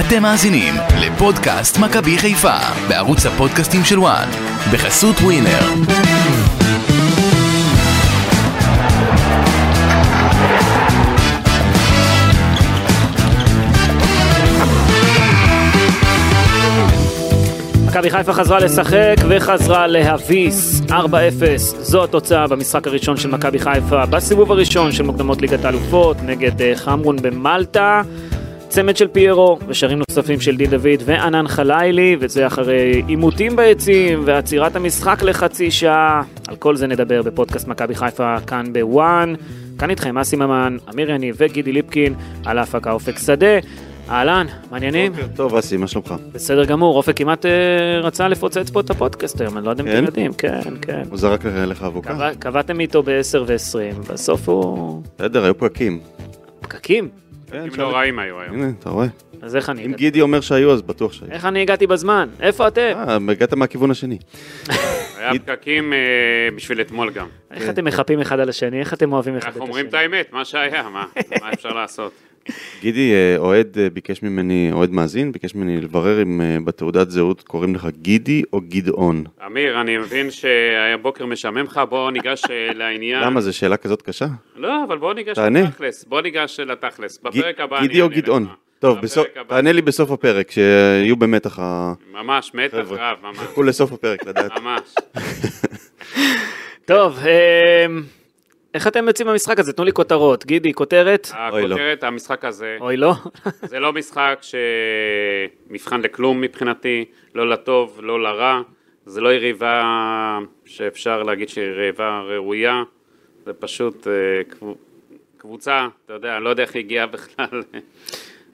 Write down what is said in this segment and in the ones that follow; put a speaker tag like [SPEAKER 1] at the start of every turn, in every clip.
[SPEAKER 1] אתם מאזינים לפודקאסט מכבי חיפה בערוץ הפודקאסטים של וואן בחסות ווינר.
[SPEAKER 2] מכבי חיפה חזרה לשחק וחזרה להביס 4-0 זו התוצאה במשחק הראשון של מכבי חיפה בסיבוב הראשון של מוקדמות ליגת האלופות נגד אה, חמרון במלטה צמד של פיירו ושרים נוספים של דין דוד וענן חלילי וזה אחרי עימותים ביציעים ועצירת המשחק לחצי שעה על כל זה נדבר בפודקאסט מכבי חיפה כאן בוואן כאן איתכם אסי ממן, אמיר יניב וגידי ליפקין על ההפקה אופק שדה אהלן, מעניינים?
[SPEAKER 3] טוב אסי, מה שלומך?
[SPEAKER 2] בסדר גמור, אופק כמעט אה, רצה לפוצץ פה את הפודקאסט היום, אני לא יודע אם אתם
[SPEAKER 3] כן?
[SPEAKER 2] יודעים, כן, כן.
[SPEAKER 3] הוא זרק לך אבוקה?
[SPEAKER 2] קבע- קבעתם איתו ב-10 ו-20, בסוף הוא...
[SPEAKER 3] בסדר, היו פקקים.
[SPEAKER 2] פקקים.
[SPEAKER 3] כן,
[SPEAKER 4] אם
[SPEAKER 3] אפשר-
[SPEAKER 4] נוראים היו היום.
[SPEAKER 3] הנה, אתה רואה?
[SPEAKER 2] אז איך אני
[SPEAKER 4] כן.
[SPEAKER 3] אם
[SPEAKER 2] הגעתי?
[SPEAKER 3] גידי אומר שהיו, אז בטוח שהיו.
[SPEAKER 2] איך אני הגעתי בזמן? איפה אתם?
[SPEAKER 3] אה, הגעת מהכיוון השני.
[SPEAKER 4] היה פקקים אה, בשביל אתמול גם.
[SPEAKER 3] כן,
[SPEAKER 2] איך אתם מחפים אחד על השני? איך אתם אוהבים אחד את
[SPEAKER 4] אנחנו אומרים את
[SPEAKER 2] השני?
[SPEAKER 4] האמת, מה שהיה, מה מה אפשר לעשות?
[SPEAKER 3] גידי, אה, אוהד אה, ביקש ממני, אוהד מאזין, ביקש ממני לברר אם אה, בתעודת זהות קוראים לך גידי או גדעון.
[SPEAKER 4] אמיר, אני מבין שהבוקר משעמם לך, בוא ניגש אה, לעניין.
[SPEAKER 3] למה, זו שאלה כזאת קשה?
[SPEAKER 4] לא, אבל בוא ניגש
[SPEAKER 3] תענה.
[SPEAKER 4] לתכלס. בוא ניגש לתכלס. בפרק
[SPEAKER 3] ג-
[SPEAKER 4] הבא אני
[SPEAKER 3] גידי או
[SPEAKER 4] אענה
[SPEAKER 3] גדעון?
[SPEAKER 4] לך.
[SPEAKER 3] טוב,
[SPEAKER 4] בפרק
[SPEAKER 3] בסוף-
[SPEAKER 4] הבא.
[SPEAKER 3] תענה לי בסוף הפרק, שיהיו במתח ה...
[SPEAKER 4] ממש, מתח
[SPEAKER 3] חבר'ה.
[SPEAKER 4] רב, ממש.
[SPEAKER 3] חכו לסוף הפרק לדעת.
[SPEAKER 4] ממש.
[SPEAKER 2] טוב, אמ, איך אתם יוצאים במשחק הזה? תנו לי כותרות. גידי, כותרת?
[SPEAKER 4] אה,
[SPEAKER 3] אוי, לא.
[SPEAKER 4] הכותרת, המשחק הזה,
[SPEAKER 2] אוי, לא.
[SPEAKER 4] זה לא משחק שמבחן לכלום מבחינתי, לא לטוב, לא לרע, זה לא יריבה שאפשר להגיד שהיא יריבה ראויה, זה פשוט אה, קבו- קבוצה, אתה יודע, אני לא יודע איך היא הגיעה בכלל.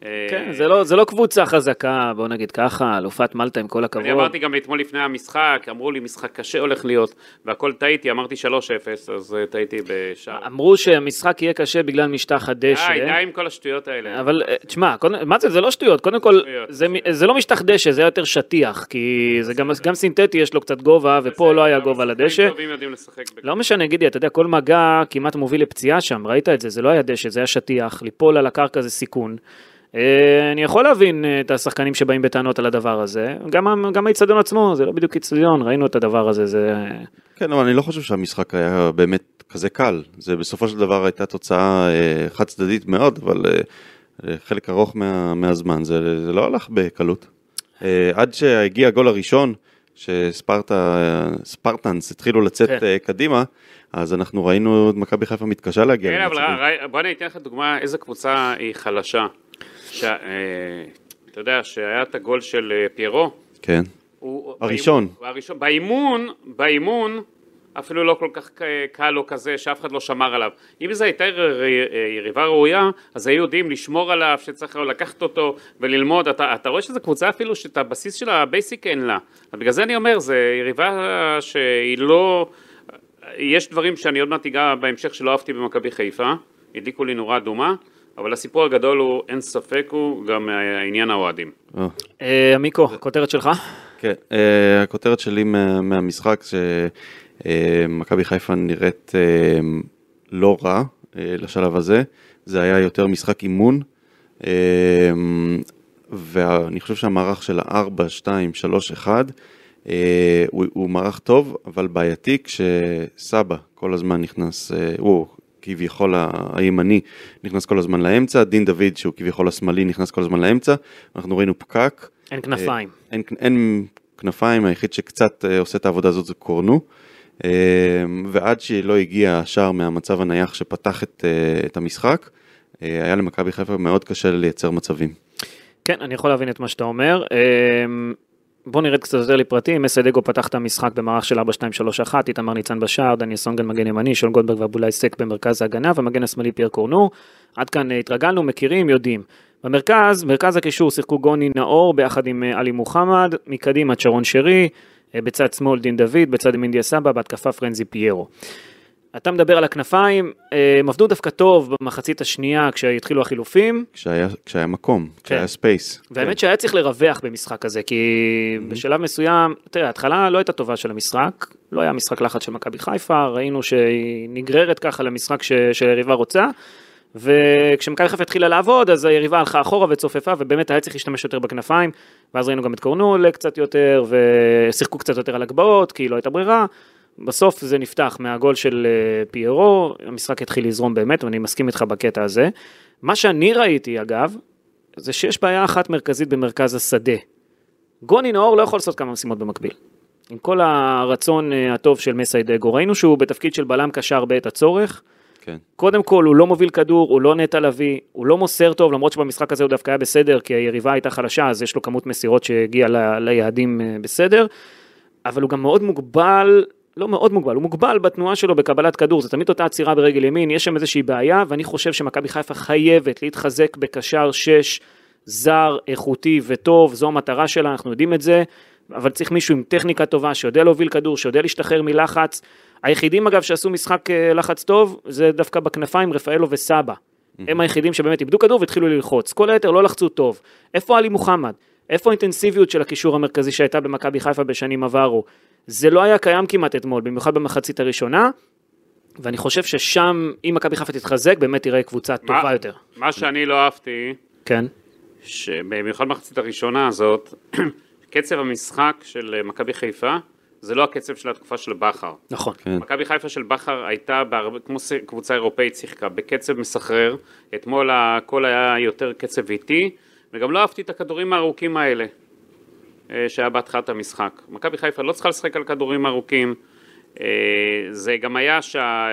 [SPEAKER 4] אה,
[SPEAKER 2] כן, זה לא- זה לא קבוצה חזקה, בוא נגיד ככה, אלופת מלטה עם כל הכבוד.
[SPEAKER 4] אני אמרתי גם אתמול לפני המשחק, אמרו לי משחק קשה הולך להיות, והכל טעיתי, אמרתי 3-0, אז אה, טעיתי בשער.
[SPEAKER 2] אמרו שהמשחק יהיה קשה בגלל משטח הדשא.
[SPEAKER 4] די, די עם כל השטויות האלה.
[SPEAKER 2] אבל אה, תשמע, קודם- מה זה, זה לא שטויות, קודם כל,
[SPEAKER 4] שטויות,
[SPEAKER 2] זה מ- זה לא משטח דשא, זה היה יותר שטיח, כי זה גם- גם סינתטי, יש לו קצת גובה, ופה לא היה גובה לדשא.
[SPEAKER 4] שחקנים טובים יודעים לשחק בכלל.
[SPEAKER 2] לא משנה, גידי, אתה יודע, כל מגע כמעט מוביל לפציעה שם, ראית את זה, זה לא היה דשא, זה היה שטיח, ליפול על הקרקע זה סיכון. אה, אני יכול להבין אה, את השחקנים שבאים בטענות על הדבר הזה, גם ה- גם האיצטדיון עצמו, זה לא בדיוק איצטדיון, ראינו את הדבר הזה, זה... אה,
[SPEAKER 3] כן, אבל אני לא חושב שהמשחק היה באמת כזה קל. זה בסופו של דבר הייתה תוצאה אה, חד צדדית מאוד, אבל אה, אה, חלק ארוך מה, מהזמן, זה, זה לא הלך בקלות. אה, עד שהגיע הגול הראשון, שספרטנס התחילו לצאת
[SPEAKER 2] כן.
[SPEAKER 3] כן. אה, קדימה, אז אנחנו ראינו את מכבי חיפה מתקשה להגיע.
[SPEAKER 4] כן, אבל
[SPEAKER 3] למצבים.
[SPEAKER 4] ר- ר- בוא אני אתן לך דוגמה איזה קבוצה היא חלשה. ש- אה, אתה יודע, שהיה את הגול של אה, פיירו.
[SPEAKER 3] כן.
[SPEAKER 4] הוא-
[SPEAKER 3] הראשון.
[SPEAKER 4] הוא הראשון. באימון, באימון, אפילו לא כל כך אה, קל או כזה, שאף אחד לא שמר עליו. אם זו הייתה יר- אה, יריבה ראויה, אז היו יודעים לשמור עליו, שצריך לקחת אותו וללמוד. אתה, אתה רואה שזו קבוצה אפילו שאת הבסיס שלה, הבייסיק אין לה. אז בגלל זה אני אומר, זו יריבה שהיא לא... יש דברים שאני עוד מעט אגע בהמשך שלא אהבתי במכבי חיפה, הדליקו לי נורה אדומה, אבל הסיפור הגדול הוא, אין ספק, הוא גם העניין האוהדים.
[SPEAKER 3] אה.
[SPEAKER 2] אה, מיקו, כותרת שלך?
[SPEAKER 3] כן, אה, הכותרת שלי מה- מהמשחק שמכבי חיפה נראית אה, לא רע אה, לשלב הזה, זה היה יותר משחק אימון, אה, ואני חושב שהמערך של ה-4, 2, 3, 1, אה, הוא, הוא מערך טוב, אבל בעייתי כשסבא כל הזמן נכנס, אה, הוא כביכול ה- הימני נכנס כל הזמן לאמצע, דין דוד שהוא כביכול השמאלי נכנס כל הזמן לאמצע, אנחנו ראינו פקק.
[SPEAKER 2] אין כנפיים.
[SPEAKER 3] אין, אין כנפיים, היחיד שקצת אה, עושה את העבודה הזאת זה קורנו. אה, ועד שלא הגיע השער מהמצב הנייח שפתח את, אה, את המשחק, אה, היה למכבי חיפה מאוד קשה לייצר מצבים.
[SPEAKER 2] כן, אני יכול להבין את מה שאתה אומר. אמ, בוא נרד קצת יותר לפרטים. אסדגו פתח את המשחק במערך של 4-2-3-1, איתמר ניצן בשער, דניאל סונגן מגן ימני, שול גולדברג ואבולאי סק במרכז ההגנה, והמגן השמאלי פייר קורנו. עד כאן אה, התרגלנו, מכירים, יודעים. במרכז, מרכז הקישור שיחקו גוני נאור ביחד עם אה, עלי מוחמד, מקדימה צ'רון שרי, אה, בצד שמאל דין דוד, בצד ימין דיה סבא, בהתקפה פרנזי פיירו. אתה מדבר על הכנפיים, אה, הם עבדו דווקא טוב במחצית השנייה כשהתחילו החילופים.
[SPEAKER 3] כשהיה, כשהיה מקום, כשהיה ספייס.
[SPEAKER 2] והאמת שהיה צריך לרווח במשחק הזה, כי בשלב מסוים, תראה, ההתחלה לא הייתה טובה של המשחק, לא היה משחק לחץ של מכבי חיפה, ראינו שהיא נגררת ככה למשחק ש- שהיריבה רוצה, וכשמכבי חיפה התחילה לעבוד, אז היריבה הלכה אחורה וצופפה, ובאמת היה צריך להשתמש יותר בכנפיים, ואז ראינו גם את קורנול קצת יותר, ושיחקו קצת יותר על הגבהות, כי לא הייתה ברירה. בסוף זה נפתח מהגול של אה, פיירו, המשחק התחיל לזרום באמת, ואני מסכים איתך בקטע הזה. מה שאני ראיתי, אגב, זה שיש בעיה אחת מרכזית במרכז השדה. גוני נאור לא יכול לעשות כמה משימות במקביל. עם כל הרצון אה, הטוב של מסיידגו, ראינו שהוא בתפקיד של בלם קשר בעת הצורך.
[SPEAKER 3] כן.
[SPEAKER 2] קודם כל, הוא לא מוביל כדור, הוא לא נטע לביא, הוא לא מוסר טוב, למרות שבמשחק הזה הוא דווקא היה בסדר, כי היריבה הייתה חלשה, אז יש לו כמות מסירות שהגיעה ל- ליעדים אה, בסדר, אבל הוא גם מאוד מוגבל, לא מאוד מוגבל, הוא מוגבל בתנועה שלו בקבלת כדור, זה תמיד אותה עצירה ברגל ימין, יש שם איזושהי בעיה, ואני חושב שמכבי חיפה חייבת להתחזק בקשר 6, זר, איכותי וטוב, זו המטרה שלה, אנחנו יודעים את זה. אבל צריך מישהו עם טכניקה טובה, שיודע להוביל כדור, שיודע להשתחרר מלחץ. היחידים אגב שעשו משחק אה, לחץ טוב, זה דווקא בכנפיים רפאלו וסבא. הם היחידים שבאמת איבדו כדור והתחילו ללחוץ. כל היתר לא לחצו טוב. איפה עלי מוחמד? איפה האינטנסיביות של הקישור המרכזי שהייתה במכבי חיפה בשנים עברו? זה לא היה קיים כמעט אתמול, במיוחד במחצית הראשונה, ואני חושב ששם, אם מכבי חיפה תתחזק, באמת תראה קבוצה
[SPEAKER 4] מה-
[SPEAKER 2] טובה יותר.
[SPEAKER 4] מה שאני לא אהבתי,
[SPEAKER 2] כן.
[SPEAKER 4] שבמיוחד במחצית הראשונה הזאת, קצב המשחק של אה, מכבי חיפה, זה לא הקצב של התקופה של בכר.
[SPEAKER 2] נכון.
[SPEAKER 3] כן.
[SPEAKER 4] מכבי חיפה של בכר הייתה בהרבה, כמו ס- קבוצה אירופאית שיחקה, בקצב מסחרר, אתמול הכל היה יותר קצב איטי, וגם לא אהבתי את הכדורים הארוכים האלה אה, שהיה בהתחלת המשחק. מכבי חיפה לא צריכה לשחק על כדורים ארוכים, אה, זה גם היה שה...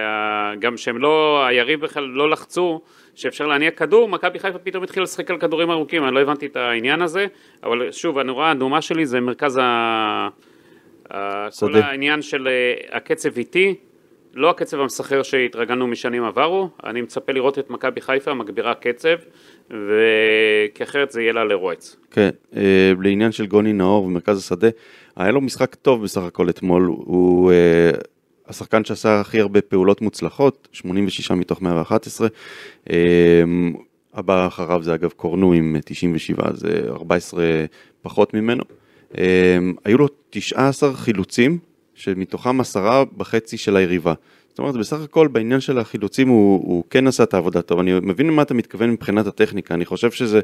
[SPEAKER 4] גם שהם לא, היריב בכלל לא לחצו שאפשר להניע כדור, מכבי חיפה פתאום התחילה לשחק על כדורים ארוכים, אני לא הבנתי את העניין הזה, אבל שוב, הנורה האדומה שלי זה מרכז ה... ה- כל
[SPEAKER 3] שדה.
[SPEAKER 4] העניין של אה, הקצב איטי, לא הקצב המסחרר שהתרגלנו משנים עברו, אני מצפה לראות את מכבי חיפה מגבירה קצב, ו... כי אחרת זה יהיה לה לרועץ.
[SPEAKER 3] כן, אה, לעניין של גוני נאור ומרכז השדה, היה לו משחק טוב בסך הכל אתמול, הוא אה, השחקן שעשה הכי הרבה פעולות מוצלחות, 86 מתוך 111, אה, הבא אחריו זה אגב קורנו עם 97, זה 14 פחות ממנו. אה, היו לו 19 חילוצים, שמתוכם עשרה בחצי של היריבה. זאת אומרת, בסך הכל בעניין של החילוצים הוא, הוא כן עשה את העבודה טוב. אני מבין למה אתה מתכוון מבחינת הטכניקה, אני חושב שזה,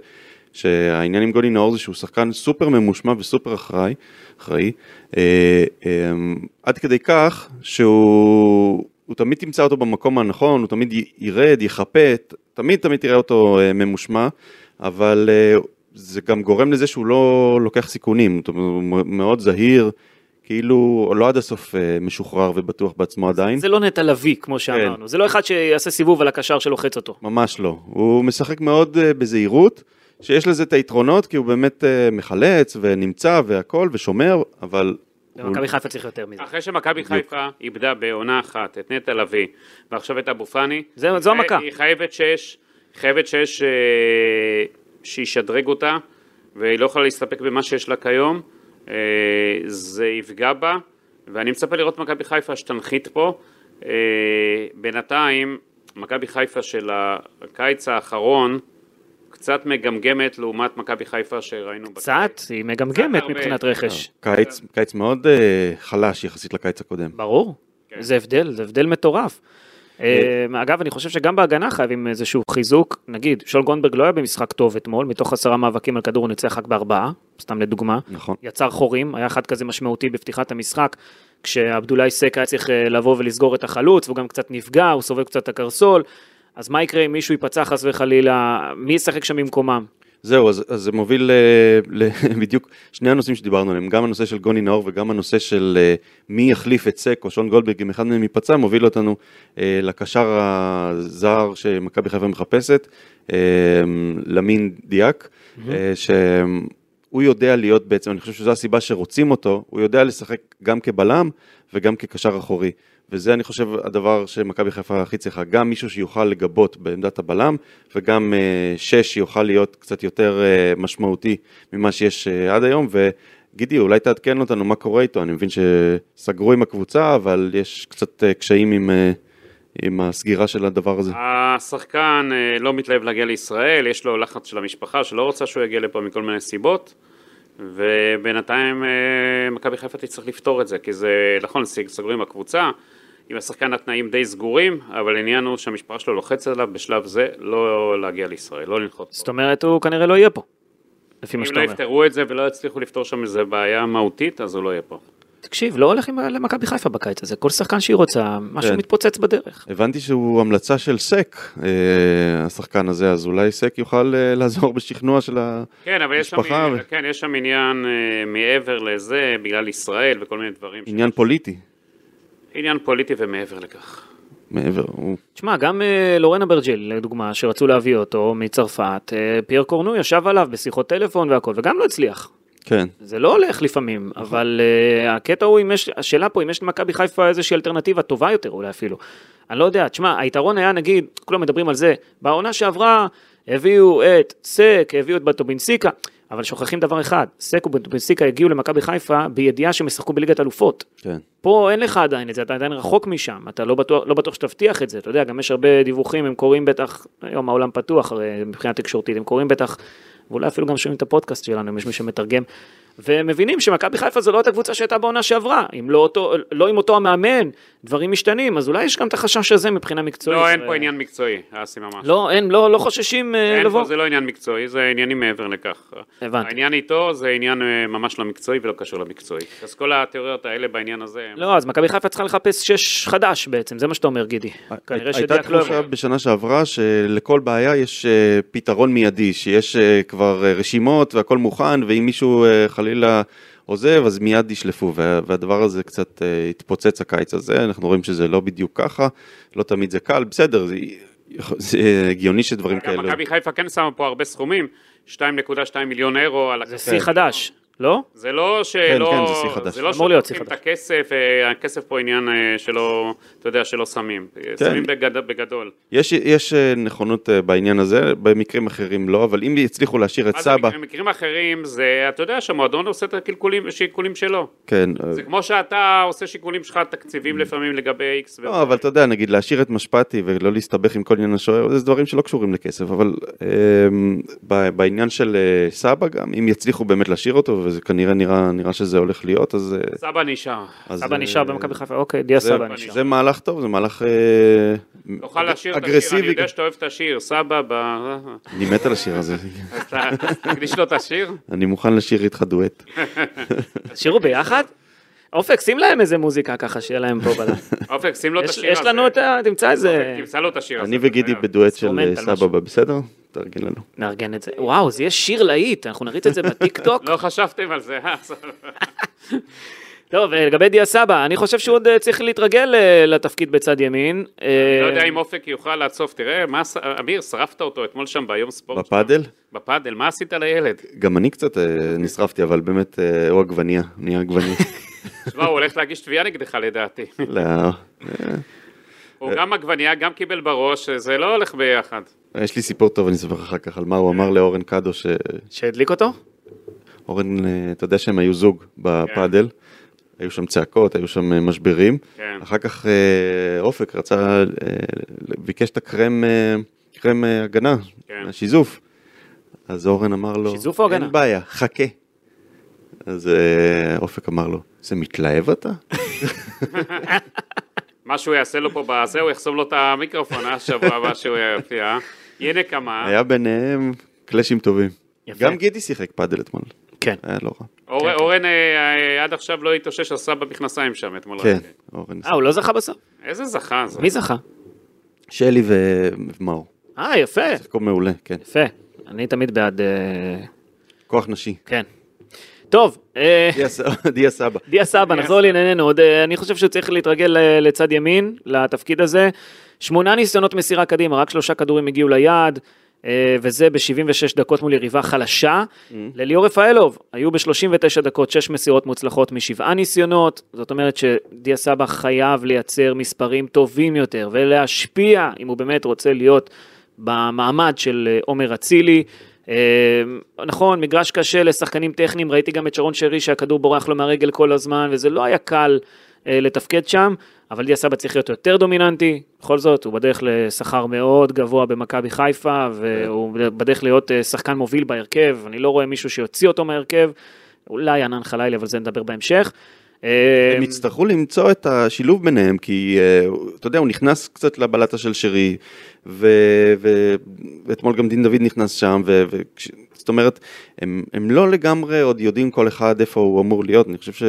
[SPEAKER 3] שהעניין עם גולי נאור זה שהוא שחקן סופר ממושמע וסופר אחראי, אחראי אה, אה, עד כדי כך שהוא הוא תמיד תמצא אותו במקום הנכון, הוא תמיד י- ירד, יחפה, ת- תמיד תמיד תראה אותו אה, ממושמע, אבל אה, זה גם גורם לזה שהוא לא לוקח סיכונים, זאת אומרת, הוא מ- מאוד זהיר. כאילו לא עד הסוף אה, משוחרר ובטוח בעצמו עדיין.
[SPEAKER 2] זה לא נטע לביא, כמו שאמרנו. זה לא אחד שיעשה סיבוב על הקשר שלוחץ אותו.
[SPEAKER 3] ממש לא. הוא משחק מאוד אה, בזהירות, שיש לזה את היתרונות, כי הוא באמת אה, מחלץ ונמצא והכל ושומר, אבל... הוא-
[SPEAKER 2] במכבי חיפה צריך יותר מזה.
[SPEAKER 4] אחרי שמכבי חיפה איבדה בעונה אחת את נטע לביא, ועכשיו את אבו פאני,
[SPEAKER 2] זה- זו
[SPEAKER 4] היא-
[SPEAKER 2] המכה.
[SPEAKER 4] היא חייבת שיש, חייבת שיש, אה, שישדרג אותה, והיא לא יכולה להסתפק במה שיש לה כיום, אה, זה יפגע בה, ואני מצפה לראות את מכבי חיפה שתנחית פה. אה, בינתיים, מכבי חיפה של הקיץ האחרון, קצת מגמגמת לעומת מכבי חיפה שראינו
[SPEAKER 2] קצת, היא מגמגמת
[SPEAKER 4] הרבה.
[SPEAKER 2] מבחינת
[SPEAKER 3] אה.
[SPEAKER 2] רכש.
[SPEAKER 3] קיץ, קיץ מאוד אה, חלש יחסית לקיץ הקודם.
[SPEAKER 2] ברור.
[SPEAKER 4] כן.
[SPEAKER 2] זה הבדל, זה הבדל מטורף. אה, אגב, אני חושב שגם בהגנה חייבים איזשהו חיזוק. נגיד, שול גונדברג לא היה במשחק טוב אתמול, מתוך עשרה מאבקים על כדור הוא ניצח רק בארבעה, סתם לדוגמה.
[SPEAKER 3] נכון.
[SPEAKER 2] יצר חורים, היה אחד כזה משמעותי בפתיחת המשחק, כשעבדולאי סק היה צריך אה, לבוא ולסגור את החלוץ, והוא גם קצת נפגע, הוא סובב קצת את הקרסול. אז מה יקרה אם מישהו ייפצע חס וחלילה, מי ישחק שם במקומם?
[SPEAKER 3] זהו, אז, אז זה מוביל אה, ל- בדיוק שני הנושאים שדיברנו עליהם, גם הנושא של גוני נאור וגם הנושא של אה, מי יחליף את סק או שון גולדברג, אם אחד מהם ייפצע, מוביל אותנו אה, לקשר הזר שמכבי חיפה מחפשת, אה, למין דיאק, אה, שהוא יודע להיות בעצם, אני חושב שזו הסיבה שרוצים אותו, הוא יודע לשחק גם כבלם וגם כקשר אחורי. וזה אני חושב הדבר שמכבי חיפה הכי צריכה, גם מישהו שיוכל לגבות בעמדת הבלם וגם אה, שש שיוכל להיות קצת יותר אה, משמעותי ממה שיש אה, עד היום. וגידי, אולי תעדכן אותנו מה קורה איתו, אני מבין שסגרו עם הקבוצה, אבל יש קצת אה, קשיים עם, אה, עם הסגירה של הדבר הזה.
[SPEAKER 4] השחקן אה, לא מתלהב להגיע לישראל, יש לו לחץ של המשפחה שלא רוצה שהוא יגיע לפה מכל מיני סיבות, ובינתיים אה, מכבי חיפה תצטרך לפתור את זה, כי זה, נכון, סגרו עם הקבוצה, עם השחקן התנאים די סגורים, אבל העניין הוא שהמשפחה שלו לוחצת עליו בשלב זה לא להגיע לישראל, לא לנחות
[SPEAKER 2] זאת
[SPEAKER 4] פה.
[SPEAKER 2] אומרת, הוא כנראה לא יהיה פה, לפי מה
[SPEAKER 4] אם
[SPEAKER 2] שאתה
[SPEAKER 4] לא
[SPEAKER 2] אומר.
[SPEAKER 4] יפתרו את זה ולא יצליחו לפתור שם איזה בעיה מהותית, אז הוא לא יהיה פה.
[SPEAKER 2] תקשיב, לא הולך עם- למכבי חיפה בקיץ הזה, כל שחקן שהיא רוצה, משהו
[SPEAKER 3] כן.
[SPEAKER 2] מתפוצץ בדרך.
[SPEAKER 3] הבנתי שהוא המלצה של סק, אה, השחקן הזה, אז אולי סק יוכל אה, לעזור בשכנוע של ה...
[SPEAKER 4] כן, אבל יש שם,
[SPEAKER 3] משפחה ו-
[SPEAKER 4] כן, יש שם עניין אה, מעבר לזה, בגלל ישראל וכל מיני דברים. ש-
[SPEAKER 3] עניין פוליטי,
[SPEAKER 4] עניין פוליטי ומעבר לכך.
[SPEAKER 3] מעבר, הוא...
[SPEAKER 2] תשמע, גם אה, לורן אברג'יל, לדוגמה, שרצו להביא אותו מצרפת, אה, פייר קורנו ישב עליו בשיחות טלפון והכל, וגם לא הצליח.
[SPEAKER 3] כן.
[SPEAKER 2] זה לא הולך לפעמים, אבל אה, הקטע הוא אם יש, השאלה פה אם יש למכבי חיפה איזושהי אלטרנטיבה טובה יותר אולי אפילו. אני לא יודע, תשמע, היתרון היה נגיד, כולם מדברים על זה, בעונה שעברה הביאו את סק, הביאו את בטובינסיקה, אבל שוכחים דבר אחד, סק ובטובינסיקה הגיעו למכבי חיפה בידיעה שהם ישחקו בליגת אלופות.
[SPEAKER 3] כן.
[SPEAKER 2] פה אין לך עדיין את זה, אתה עדיין רחוק משם, אתה לא בטוח, לא בטוח שתבטיח את זה, אתה יודע, גם יש הרבה דיווחים, הם קוראים בטח, היום העולם פתוח הרי מבחינה תקשורתית, הם קוראים בטח, ואולי אפילו גם שומעים את הפודקאסט שלנו, אם יש מי שמתרגם, והם מבינים שמכבי חיפה זו לא אותה קבוצה שהייתה בעונה שעברה, אם לא, אותו, לא עם אותו המאמן, דברים משתנים, אז אולי יש גם את החשש הזה מבחינה מקצועית.
[SPEAKER 4] לא, אין
[SPEAKER 2] ו-
[SPEAKER 4] פה עניין מקצועי, אסי ממש.
[SPEAKER 2] לא, אין, לא, לא חוששים אה,
[SPEAKER 4] אין
[SPEAKER 2] לבוא.
[SPEAKER 4] פה, זה לא עניין מקצועי, זה עניינים מעבר לכך.
[SPEAKER 2] הבנתי.
[SPEAKER 4] העניין איתו זה עניין אה, ממש לא מקצועי ולא קשור למקצועי. אז כל התיאוריות האלה בעניין הזה,
[SPEAKER 2] לא, אז מכבי חיפה צריכה לחפש שש חדש בעצם, זה מה שאתה אומר, גידי. כנראה
[SPEAKER 3] הייתה
[SPEAKER 2] שדיאק לא...
[SPEAKER 3] תחושה בשנה שעברה שלכל בעיה יש אה, פתרון מיידי, שיש אה, כבר אה, רשימות והכל מוכן, ואם מישהו אה, חלילה עוזב, אז מיד ישלפו, וה- והדבר הזה קצת אה, התפוצץ הקיץ הזה, אנחנו רואים שזה לא בדיוק ככה, לא תמיד זה קל, בסדר, זה, זה הגיוני שדברים
[SPEAKER 4] גם
[SPEAKER 3] כאלה.
[SPEAKER 4] מכבי חיפה כן שמה פה הרבה סכומים, 2.2 מיליון אירו על
[SPEAKER 2] זה
[SPEAKER 4] הכסף.
[SPEAKER 2] שיא חדש, לא?
[SPEAKER 4] זה לא
[SPEAKER 3] כן,
[SPEAKER 4] שלא,
[SPEAKER 3] זה שיא חדש.
[SPEAKER 4] זה לא
[SPEAKER 2] אמור להיות שיא
[SPEAKER 4] שלוקחים את
[SPEAKER 2] חדש.
[SPEAKER 4] הכסף, אה, הכסף פה עניין אה, שלא, אתה יודע, שלא שמים. אה,
[SPEAKER 3] כן.
[SPEAKER 4] שמים בגד- בגדול.
[SPEAKER 3] יש, יש אה, נכונות אה, בעניין הזה, במקרים אחרים לא, אבל אם יצליחו להשאיר את
[SPEAKER 4] אז
[SPEAKER 3] סבא,
[SPEAKER 4] במקרים אחרים זה, אתה יודע שהמועדון עושה את הקלקולים- השיקולים שלו.
[SPEAKER 3] כן. אה,
[SPEAKER 4] זה כמו שאתה עושה שיקולים שלך תקציבים לפעמים לגבי איקס.
[SPEAKER 3] Mm. לא, אבל אתה יודע, נגיד להשאיר את משפטי ולא להסתבך עם כל עניין השוער, זה דברים שלא קשורים לכסף, אבל אמ, ב- בעניין של אה, סבא גם, אם יצליחו באמת להשאיר אותו, וזה כנראה נראה, נראה שזה הולך להיות, אז... אה,
[SPEAKER 4] סבא נשאר.
[SPEAKER 3] אז,
[SPEAKER 2] סבא
[SPEAKER 3] אה,
[SPEAKER 2] נשאר במכבי חיפה, אוקיי, דיה
[SPEAKER 3] זה,
[SPEAKER 2] סבא נשאר.
[SPEAKER 3] זה מהלך טוב, זה מהלך אה,
[SPEAKER 4] תוכל לשיר את השיר,
[SPEAKER 3] אגרסיבי.
[SPEAKER 4] אני יודע שאתה אוהב את השיר, סבא ב...
[SPEAKER 3] אני מת על השיר הזה,
[SPEAKER 4] אז אתה- תקדיש לו את השיר?
[SPEAKER 3] אני מוכן לשיר איתך דואט.
[SPEAKER 2] שירו ביחד? אופק, שים להם איזה מוזיקה ככה שיהיה להם פה בלילה.
[SPEAKER 4] אופק, שים לו את
[SPEAKER 2] יש-
[SPEAKER 4] השיר
[SPEAKER 2] יש
[SPEAKER 4] הזה.
[SPEAKER 2] לנו את ה... תמצא איזה...
[SPEAKER 4] תמצא לו את השיר הזה.
[SPEAKER 3] אני וגידי
[SPEAKER 4] אתה חייב.
[SPEAKER 3] בדואט של
[SPEAKER 2] אינסטרומנטל
[SPEAKER 3] אה, סבא,
[SPEAKER 2] משהו.
[SPEAKER 3] בא, בסדר? תארגן לנו.
[SPEAKER 2] נארגן את זה. וואו, זה יהיה שיר להיט, אנחנו נריץ את זה בטיקטוק.
[SPEAKER 4] לא חשבתם על זה, אה?
[SPEAKER 2] לא, ולגבי דיה סבא, אני חושב שהוא עוד אה, צריך להתרגל אה, לתפקיד בצד ימין. אה,
[SPEAKER 4] לא יודע
[SPEAKER 2] כן.
[SPEAKER 4] אם אופק יוכל לעצוף, תראה, מה, ש- אמיר, שרפת אותו אתמול שם ביום ספורט. שלנו.
[SPEAKER 3] בפאדל?
[SPEAKER 4] בפאדל, מה עשית לילד?
[SPEAKER 3] גם אני קצת אה, נשרפתי, אבל באמת, אה, הוא עגבנייה, נהיה עגבנייה.
[SPEAKER 4] תשמע, הוא הולך להגיש תביעה נגדך לדעתי.
[SPEAKER 3] לא,
[SPEAKER 4] הוא גם עגבנייה, גם קיבל בראש, זה לא הולך ביחד.
[SPEAKER 3] יש לי סיפור טוב, אני אספר אחר כך על מה הוא אמר לאורן קאדו, ש...
[SPEAKER 2] שהדליק אותו?
[SPEAKER 3] אורן, אה, אתה יודע שהם היו זוג בפאדל,
[SPEAKER 2] כן.
[SPEAKER 3] היו שם צעקות, היו שם אה, משברים.
[SPEAKER 4] כן.
[SPEAKER 3] אחר כך אה, אופק רצה, אה, ביקש את הקרם אה, קרם אה, הגנה,
[SPEAKER 4] כן.
[SPEAKER 3] השיזוף. אז אורן אמר לו,
[SPEAKER 2] שיזוף או הגנה?"
[SPEAKER 3] אין בעיה, חכה. אז אה, אופק אמר לו, זה מתלהב אתה?
[SPEAKER 4] מה שהוא יעשה לו פה בזה, הוא יחסום לו את המיקרופון, אה, שבוע הבא שהוא אה? יפיע. יהיה נקמה.
[SPEAKER 3] היה ביניהם קלאשים טובים.
[SPEAKER 2] יפה.
[SPEAKER 3] גם גידי שיחק פאדל אתמול,
[SPEAKER 2] כן.
[SPEAKER 3] היה לא רע.
[SPEAKER 4] אור- אורן אה, אה, עד עכשיו לא התאושש, עשה במכנסיים שם אתמול.
[SPEAKER 3] כן,
[SPEAKER 4] ראיתי.
[SPEAKER 3] אורן.
[SPEAKER 2] אה, הוא לא זכה בסוף?
[SPEAKER 4] איזה זכה זה.
[SPEAKER 2] מי זכה?
[SPEAKER 3] שלי ו- ומאור.
[SPEAKER 2] אה, יפה.
[SPEAKER 3] שיחקו מעולה, כן.
[SPEAKER 2] יפה. אני תמיד בעד... אה,
[SPEAKER 3] כוח נשי.
[SPEAKER 2] כן. טוב, אה,
[SPEAKER 3] דיה ס- דיה סבא.
[SPEAKER 2] דיה סבא, נחזור לענייננו, עוד, אה, אני חושב שהוא צריך להתרגל אה, לצד ימין, לתפקיד הזה. שמונה ניסיונות מסירה קדימה, רק שלושה כדורים הגיעו ליעד, אה, וזה ב-76 דקות מול יריבה חלשה. לליאור רפאלוב, היו ב-39 דקות 6 מסירות מוצלחות משבעה ניסיונות, זאת אומרת שדיה סבא חייב לייצר מספרים טובים יותר ולהשפיע, אם הוא באמת רוצה להיות במעמד של אה, עומר אצילי. אה, נכון, מגרש קשה לשחקנים טכניים, ראיתי גם את שרון שרי שהכדור בורח לו מהרגל כל הזמן, וזה לא היה קל אה, לתפקד שם, אבל דיה סבא צריך להיות יותר דומיננטי, בכל זאת, הוא בדרך לשכר מאוד גבוה במכבי חיפה, והוא בדרך להיות אה, שחקן מוביל בהרכב, אני לא רואה מישהו שיוציא אותו מההרכב, אולי ענן חלילי, אבל זה נדבר בהמשך. אה,
[SPEAKER 3] הם יצטרכו למצוא את השילוב ביניהם, כי אה, אתה יודע, הוא נכנס קצת לבלטה של שרי, ו- ו- ואתמול גם דין דוד נכנס שם, ו- ו- כש- זאת אומרת, הם, הם לא לגמרי עוד יודעים כל אחד איפה הוא אמור להיות, אני חושב ש-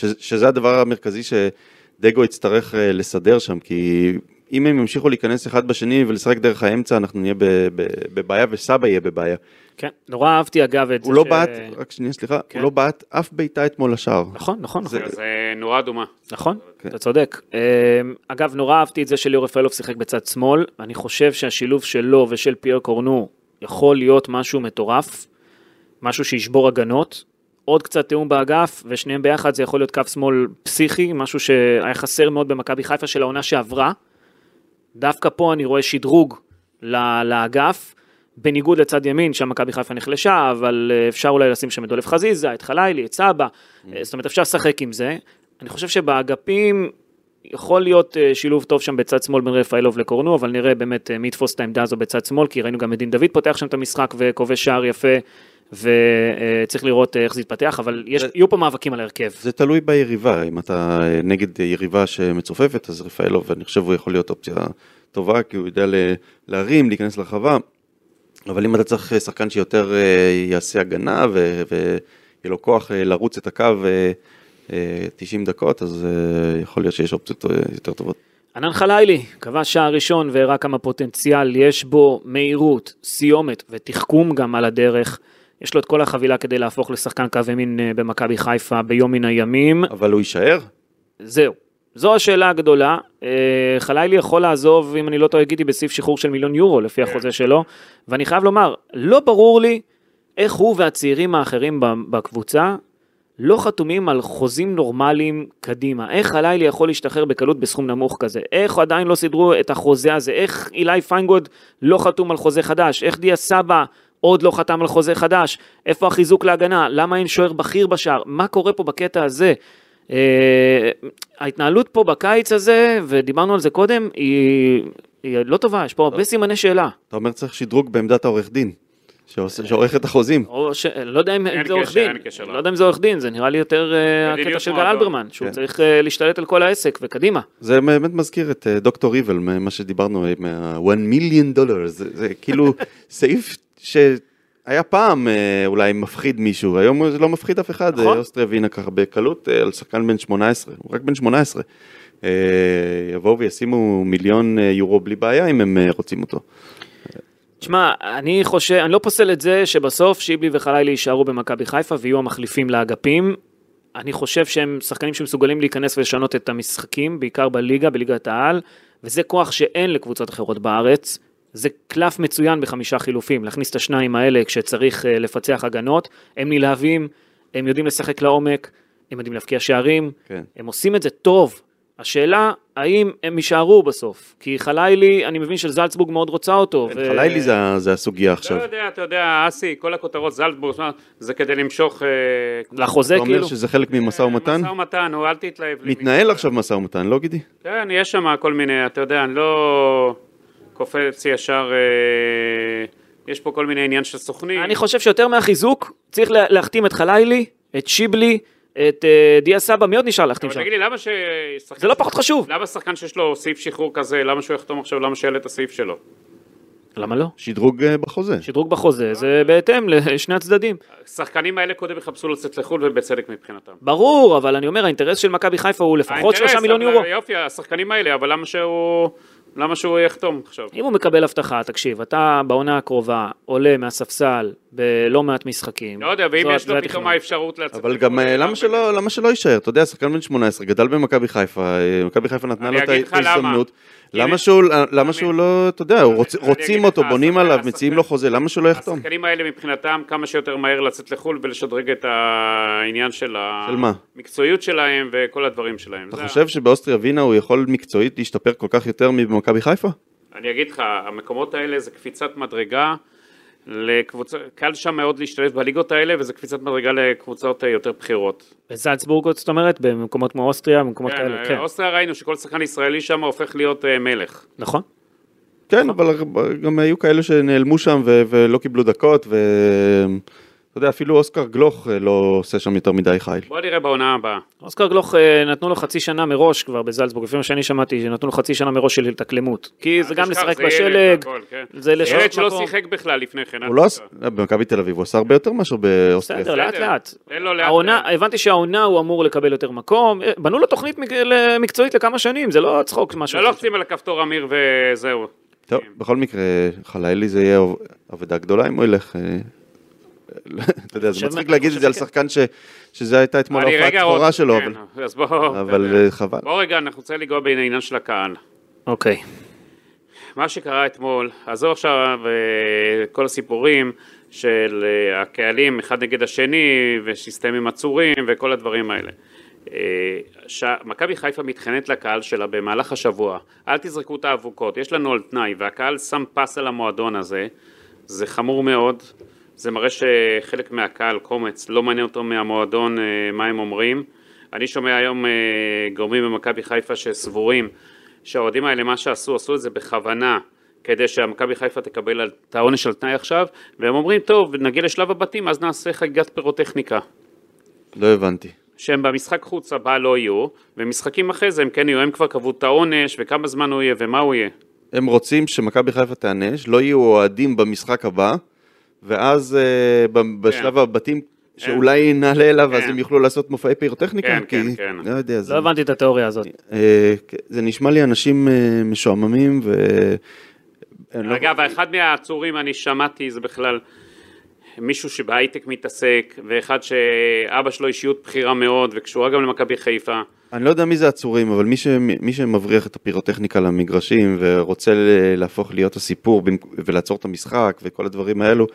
[SPEAKER 3] ש- שזה הדבר המרכזי שדגו יצטרך אה, לסדר שם, כי... אם הם ימשיכו להיכנס אחד בשני ולשחק דרך האמצע, אנחנו נהיה ב- ב- בבעיה וסבא יהיה בבעיה.
[SPEAKER 2] כן, נורא אהבתי אגב את זה.
[SPEAKER 3] הוא לא
[SPEAKER 2] ש-
[SPEAKER 3] בעט, רק שנייה, סליחה,
[SPEAKER 2] כן.
[SPEAKER 3] הוא לא בעט אף בעיטה אתמול לשער.
[SPEAKER 2] נכון, נכון, נכון.
[SPEAKER 4] אז אה, נורה אדומה.
[SPEAKER 2] נכון,
[SPEAKER 3] כן.
[SPEAKER 2] אתה צודק. אמ, אגב, נורא אהבתי את זה שליאור רפאלוב שיחק בצד שמאל. אני חושב שהשילוב שלו ושל פייר קורנו יכול להיות משהו מטורף, משהו שישבור הגנות. עוד קצת תיאום באגף, ושניהם ביחד זה יכול להיות קו שמאל פסיכי, משהו שהיה חסר מאוד במכבי חיפה של העונה שעברה. דווקא פה אני רואה שדרוג ל- לאגף, בניגוד לצד ימין, שם מכבי חיפה נחלשה, אבל אה, אפשר אולי לשים שם את דולף חזיזה, את חלילי, את סבא, אה, זאת אומרת אפשר לשחק עם זה. אני חושב שבאגפים יכול להיות אה, שילוב טוב שם בצד שמאל בין רפאלוב לקורנו, אבל נראה באמת אה, מי יתפוס את העמדה הזו בצד שמאל, כי ראינו גם את דין דוד פותח שם את המשחק וכובש שער יפה. וצריך לראות אה, איך זה יתפתח, אבל יש,
[SPEAKER 3] זה-
[SPEAKER 2] יהיו פה מאבקים על ההרכב.
[SPEAKER 3] זה תלוי ביריבה, אם אתה אה, נגד יריבה שמצופפת, אז רפאלוב, אני חושב, הוא יכול להיות אופציה טובה, כי הוא יודע ל- להרים, להיכנס לרחבה, אבל אם אתה צריך אה, שחקן שיותר אה, יעשה הגנה, ו- ויהיה לו כוח אה, לרוץ את הקו אה, אה, 90 דקות, אז אה, יכול להיות שיש אופציות אה, יותר טובות.
[SPEAKER 2] ענן חלילי כבש שער ראשון והראה כמה פוטנציאל יש בו, מהירות, סיומת ותחכום גם על הדרך. יש לו את כל החבילה כדי להפוך לשחקן קו ימין אה, במכבי חיפה ביום מן הימים.
[SPEAKER 3] אבל הוא יישאר?
[SPEAKER 2] זהו. זו השאלה הגדולה. אה, חלילי יכול לעזוב, אם אני לא טועה, גידי, בסעיף שחרור של מיליון יורו, לפי החוזה שלו. ואני חייב לומר, לא ברור לי איך הוא והצעירים האחרים ב- בקבוצה לא חתומים על חוזים נורמליים קדימה. איך חלילי יכול להשתחרר בקלות בסכום נמוך כזה? איך עדיין לא סידרו את החוזה הזה? איך אילי פיינגוד לא חתום על חוזה חדש? איך דיה סבא... עוד לא חתם על חוזה חדש, איפה החיזוק להגנה, למה אין שוער בכיר בשער, מה קורה פה בקטע הזה? אה, ההתנהלות פה בקיץ הזה, ודיברנו על זה קודם, היא, היא לא טובה, יש פה הרבה סימני שאלה.
[SPEAKER 3] אתה אומר צריך שדרוג בעמדת העורך דין, שעושה- שעורך את החוזים.
[SPEAKER 2] או ש... לא יודע אם
[SPEAKER 4] אין
[SPEAKER 2] זה עורך
[SPEAKER 4] קשר,
[SPEAKER 2] דין,
[SPEAKER 4] אין קשר, לא.
[SPEAKER 2] לא יודע אם זה עורך דין, זה נראה לי יותר אה,
[SPEAKER 4] מדיניות
[SPEAKER 2] הקטע של גל
[SPEAKER 4] מועדון.
[SPEAKER 2] אלברמן, שהוא
[SPEAKER 3] כן.
[SPEAKER 2] צריך אה, להשתלט על כל העסק, וקדימה.
[SPEAKER 3] זה באמת מזכיר את אה, דוקטור איבל, מה מה שדיברנו, עם ה-one million dollar, זה זה כאילו סעיף שהיה פעם אה, אולי מפחיד מישהו, היום זה לא מפחיד אף אחד,
[SPEAKER 2] נכון.
[SPEAKER 3] אה, אוסטרי הבינה ככה בקלות אה, על שחקן בן 18, הוא רק בן 18. אה, יבואו וישימו מיליון אה, יורו בלי בעיה אם הם אה, רוצים אותו.
[SPEAKER 2] תשמע, אני חושב, אני לא פוסל את זה שבסוף שיבלי וחלילי יישארו במכבי חיפה ויהיו המחליפים לאגפים. אני חושב שהם שחקנים שמסוגלים להיכנס ולשנות את המשחקים, בעיקר בליגה, בליגת העל, וזה כוח שאין לקבוצות אחרות בארץ. זה קלף מצוין בחמישה חילופים, להכניס את השניים האלה כשצריך אה, לפצח הגנות. הם נלהבים, הם יודעים לשחק לעומק, הם יודעים להבקיע שערים,
[SPEAKER 3] כן.
[SPEAKER 2] הם עושים את זה טוב. השאלה, האם הם יישארו בסוף? כי חלילי, אני מבין שזלצבורג מאוד רוצה אותו. ו-
[SPEAKER 3] כן, חלילי זה ה- זה הסוגיה
[SPEAKER 4] לא
[SPEAKER 3] עכשיו.
[SPEAKER 4] יודע, אתה יודע, אסי, כל הכותרות זלטבורג, זה כדי למשוך... אה,
[SPEAKER 2] לחוזה
[SPEAKER 3] אתה אומר
[SPEAKER 2] כאילו.
[SPEAKER 3] שזה חלק ממשא ומתן?
[SPEAKER 4] משא ומתן, הוא אל תתלהב. לי.
[SPEAKER 3] מתנהל עכשיו משא ומתן, לא גידי?
[SPEAKER 4] כן, יש שם כל מיני, אתה יודע, אני לא קופץ ישר, אה, יש פה כל מיני עניין של סוכנים.
[SPEAKER 2] אני חושב שיותר מהחיזוק, צריך לה- להחתים את חלילי, את שיבלי, את אה, דיה סבא, מי עוד נשאר להחתים
[SPEAKER 4] אבל
[SPEAKER 2] שם?
[SPEAKER 4] תגיד לי, למה ששחקן...
[SPEAKER 2] זה לא פחות חשוב.
[SPEAKER 4] למה שחקן שיש לו סעיף שחרור כזה, למה שהוא יחתום עכשיו, למה שיעלה את הסעיף שלו?
[SPEAKER 2] למה לא?
[SPEAKER 3] שדרוג אה, בחוזה.
[SPEAKER 2] שדרוג בחוזה זה בהתאם לשני הצדדים.
[SPEAKER 4] השחקנים האלה קודם יחפשו לצאת לחו"ל, ובצדק מבחינתם.
[SPEAKER 2] ברור, אבל אני אומר, האינטרס של מכבי חיפה הוא לפחות
[SPEAKER 4] האינטרס,
[SPEAKER 2] שלושה מיליון
[SPEAKER 4] אבל
[SPEAKER 2] יורו.
[SPEAKER 4] יופי, השחקנים האלה, אבל למה שהוא... למה שהוא יחתום עכשיו?
[SPEAKER 2] אם הוא מקבל הבטחה, תקשיב, אתה בעונה הקרובה עולה מהספסל בלא מעט משחקים.
[SPEAKER 4] לא יודע, ואם
[SPEAKER 2] זו-
[SPEAKER 4] יש
[SPEAKER 2] זה
[SPEAKER 4] לו
[SPEAKER 2] התכנון.
[SPEAKER 4] פתאום האפשרות לצאת...
[SPEAKER 3] אבל גם
[SPEAKER 4] לחו"ל,
[SPEAKER 3] אה, למה שלא, למה שלא יישאר? אתה יודע, שחקן בן 18, גדל במכבי חיפה, אה, מכבי חיפה נתנה
[SPEAKER 4] אני
[SPEAKER 3] לו את
[SPEAKER 4] אגיד לך למה.
[SPEAKER 3] ההזדמנות.
[SPEAKER 4] הנה,
[SPEAKER 3] למה שהוא, למה שהוא
[SPEAKER 4] אני-
[SPEAKER 3] לא, אתה יודע, הוא רוצ-
[SPEAKER 4] אני
[SPEAKER 3] רוצים
[SPEAKER 4] אגיד
[SPEAKER 3] אותו,
[SPEAKER 4] לך,
[SPEAKER 3] בונים
[SPEAKER 4] השחקן-
[SPEAKER 3] עליו,
[SPEAKER 4] השחקן-
[SPEAKER 3] מציעים לו חוזה, למה שהוא לא יחתום?
[SPEAKER 4] השחקנים האלה מבחינתם כמה שיותר מהר לצאת לחו"ל ולשדרג את העניין של
[SPEAKER 3] של מה?
[SPEAKER 4] המקצועיות שלהם וכל הדברים שלהם.
[SPEAKER 3] אתה
[SPEAKER 4] זה-
[SPEAKER 3] חושב שבאוסטריה ווינה הוא יכול מקצועית להשתפר כל כך יותר מבמכבי חיפה?
[SPEAKER 4] אני אגיד לך, המקומות האלה זה קפיצת מדרגה לקבוצה, קל שם מאוד להשתלב בליגות האלה וזה קפיצת מדרגה לקבוצות אה, יותר בכירות.
[SPEAKER 2] בזלצבורג, זאת אומרת, במקומות כמו אוסטריה, במקומות
[SPEAKER 4] כן,
[SPEAKER 2] כאלה,
[SPEAKER 4] אה,
[SPEAKER 2] כן.
[SPEAKER 4] אוסטריה ראינו שכל שחקן ישראלי שם הופך להיות אה, מלך.
[SPEAKER 2] נכון?
[SPEAKER 3] כן, אבל הר- גם היו כאלה שנעלמו שם ו- ולא קיבלו דקות, ו... אתה יודע, אפילו אוסקר גלוך אה, לא עושה שם יותר מדי חיל.
[SPEAKER 4] בוא נראה בעונה הבאה.
[SPEAKER 2] אוסקר גלוך אה, נתנו לו חצי שנה מראש כבר בזלצבורג, לפי מה שאני שמעתי, שנתנו לו חצי שנה מראש של התאקלמות. כי זה גם
[SPEAKER 4] אל תשכח,
[SPEAKER 2] לשחק
[SPEAKER 4] אה, זה ילד
[SPEAKER 2] בשלג,
[SPEAKER 4] והכל, כן.
[SPEAKER 2] זה לשנות
[SPEAKER 4] ילד שלא
[SPEAKER 2] מקום.
[SPEAKER 4] שיחק בכלל לפני כן.
[SPEAKER 3] הוא לא עשה, במכבי תל אביב הוא עשה הרבה יותר מאשר באוסטריה.
[SPEAKER 2] בסדר, לא, לאט לאט.
[SPEAKER 4] תן לו לאט
[SPEAKER 2] העונה,
[SPEAKER 4] לאט.
[SPEAKER 2] הבנתי שהעונה הוא אמור לקבל יותר מקום, אה, בנו לו תוכנית מק- ל- מקצועית לכמה שנים, זה לא צחוק משהו.
[SPEAKER 4] לא לוחצים על הכפתור אמיר וזהו.
[SPEAKER 3] טוב, בכל מקרה, חלילי זה יהיה עב- עבודה גדולה אם הוא ילך. אה, אתה יודע, זה
[SPEAKER 2] חושב-
[SPEAKER 3] מצחיק
[SPEAKER 2] אני
[SPEAKER 3] להגיד
[SPEAKER 2] חושב
[SPEAKER 3] את זה על
[SPEAKER 2] שכן.
[SPEAKER 3] שחקן ש- שזה הייתה אתמול
[SPEAKER 4] אני
[SPEAKER 3] ההופעת
[SPEAKER 4] רגע
[SPEAKER 3] בכורה
[SPEAKER 4] עוד-
[SPEAKER 3] שלו,
[SPEAKER 4] כן,
[SPEAKER 3] אבל-
[SPEAKER 4] אז בוא...
[SPEAKER 3] אבל אה, חבל.
[SPEAKER 4] בוא רגע, אנחנו צריכים לנגוע בעניין של הקהל.
[SPEAKER 2] אוקיי.
[SPEAKER 4] מה שקרה אתמול, עזוב עכשיו אה, כל הסיפורים של אה, הקהלים אחד נגד השני ושיסטמים עם עצורים וכל הדברים האלה. אה, ש- מכבי חיפה מתחננת לקהל שלה במהלך השבוע, אל תזרקו את האבוקות, יש לנו על תנאי והקהל שם פס על המועדון הזה, זה חמור מאוד, זה מראה שחלק מהקהל, קומץ, לא מעניין אותו מהמועדון אה, מה הם אומרים. אני שומע היום אה, גורמים במכבי חיפה שסבורים שהאוהדים האלה, מה שעשו, עשו את זה בכוונה כדי שהמכבי חיפה תקבל על- את העונש על תנאי עכשיו, והם אומרים, טוב, נגיע לשלב הבתים, אז נעשה חגיגת פירוטכניקה.
[SPEAKER 3] לא הבנתי.
[SPEAKER 4] שהם במשחק חוץ הבא לא יהיו, ומשחקים אחרי זה הם כן יהיו, הם כבר קבעו את העונש, וכמה זמן הוא יהיה, ומה הוא יהיה.
[SPEAKER 3] הם רוצים שמכבי חיפה תיענש, לא יהיו אוהדים במשחק הבא, ואז אה, ב- בשלב הבתים, שאולי נעלה אליו, אז
[SPEAKER 4] כן.
[SPEAKER 3] הם יוכלו לעשות מופעי פירוטכניקה.
[SPEAKER 4] כן,
[SPEAKER 3] כי-
[SPEAKER 4] כן, כן.
[SPEAKER 3] לא יודע, זה-
[SPEAKER 2] לא הבנתי את התיאוריה הזאת.
[SPEAKER 3] אה, זה נשמע לי אנשים אה, משועממים, ו... אה, אני לא-
[SPEAKER 4] אגב, אחד מהעצורים אני שמעתי זה בכלל מישהו שבהייטק מתעסק, ואחד שאבא שלו אישיות בכירה מאוד, וקשורה גם למכבי חיפה.
[SPEAKER 3] אני לא יודע מי זה עצורים, אבל מי, ש... מי שמבריח את הפירוטכניקה למגרשים ורוצה ל- להפוך להיות הסיפור במק- ולעצור את המשחק וכל הדברים האלו,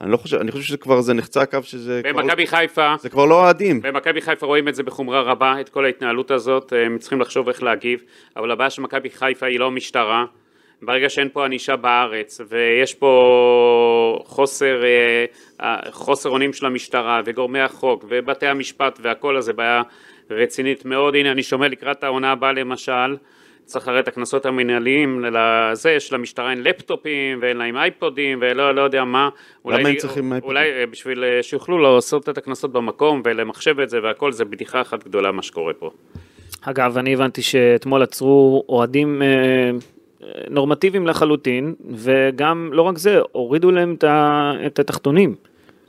[SPEAKER 3] אני לא חושב, אני חושב שזה כבר, זה נחצה הקו שזה כבר,
[SPEAKER 4] במכבי חיפה,
[SPEAKER 3] זה כבר לא אוהדים.
[SPEAKER 4] במכבי חיפה רואים את זה בחומרה רבה, את כל ההתנהלות הזאת, הם צריכים לחשוב איך להגיב, אבל הבעיה של מכבי חיפה היא לא המשטרה, ברגע שאין פה ענישה בארץ, ויש פה חוסר, אה, אה, חוסר אונים של המשטרה, וגורמי החוק, ובתי המשפט, והכל הזה בעיה רצינית מאוד, הנה אני שומע לקראת העונה הבאה למשל, צריך הרי את הקנסות המנהליים לזה, שלמשטרה אין לפטופים, ואין להם אייפודים, ולא לא יודע מה. אולי-
[SPEAKER 3] הם צריכים אייפודים?
[SPEAKER 4] אולי אה, בשביל אה, שיוכלו לעשות את הקנסות במקום ולמחשב את זה והכל, זה בדיחה אחת גדולה מה שקורה פה.
[SPEAKER 2] אגב, אני הבנתי שאתמול עצרו אוהדים אה, אה, נורמטיביים לחלוטין, וגם, לא רק זה, הורידו להם את ה- את התחתונים.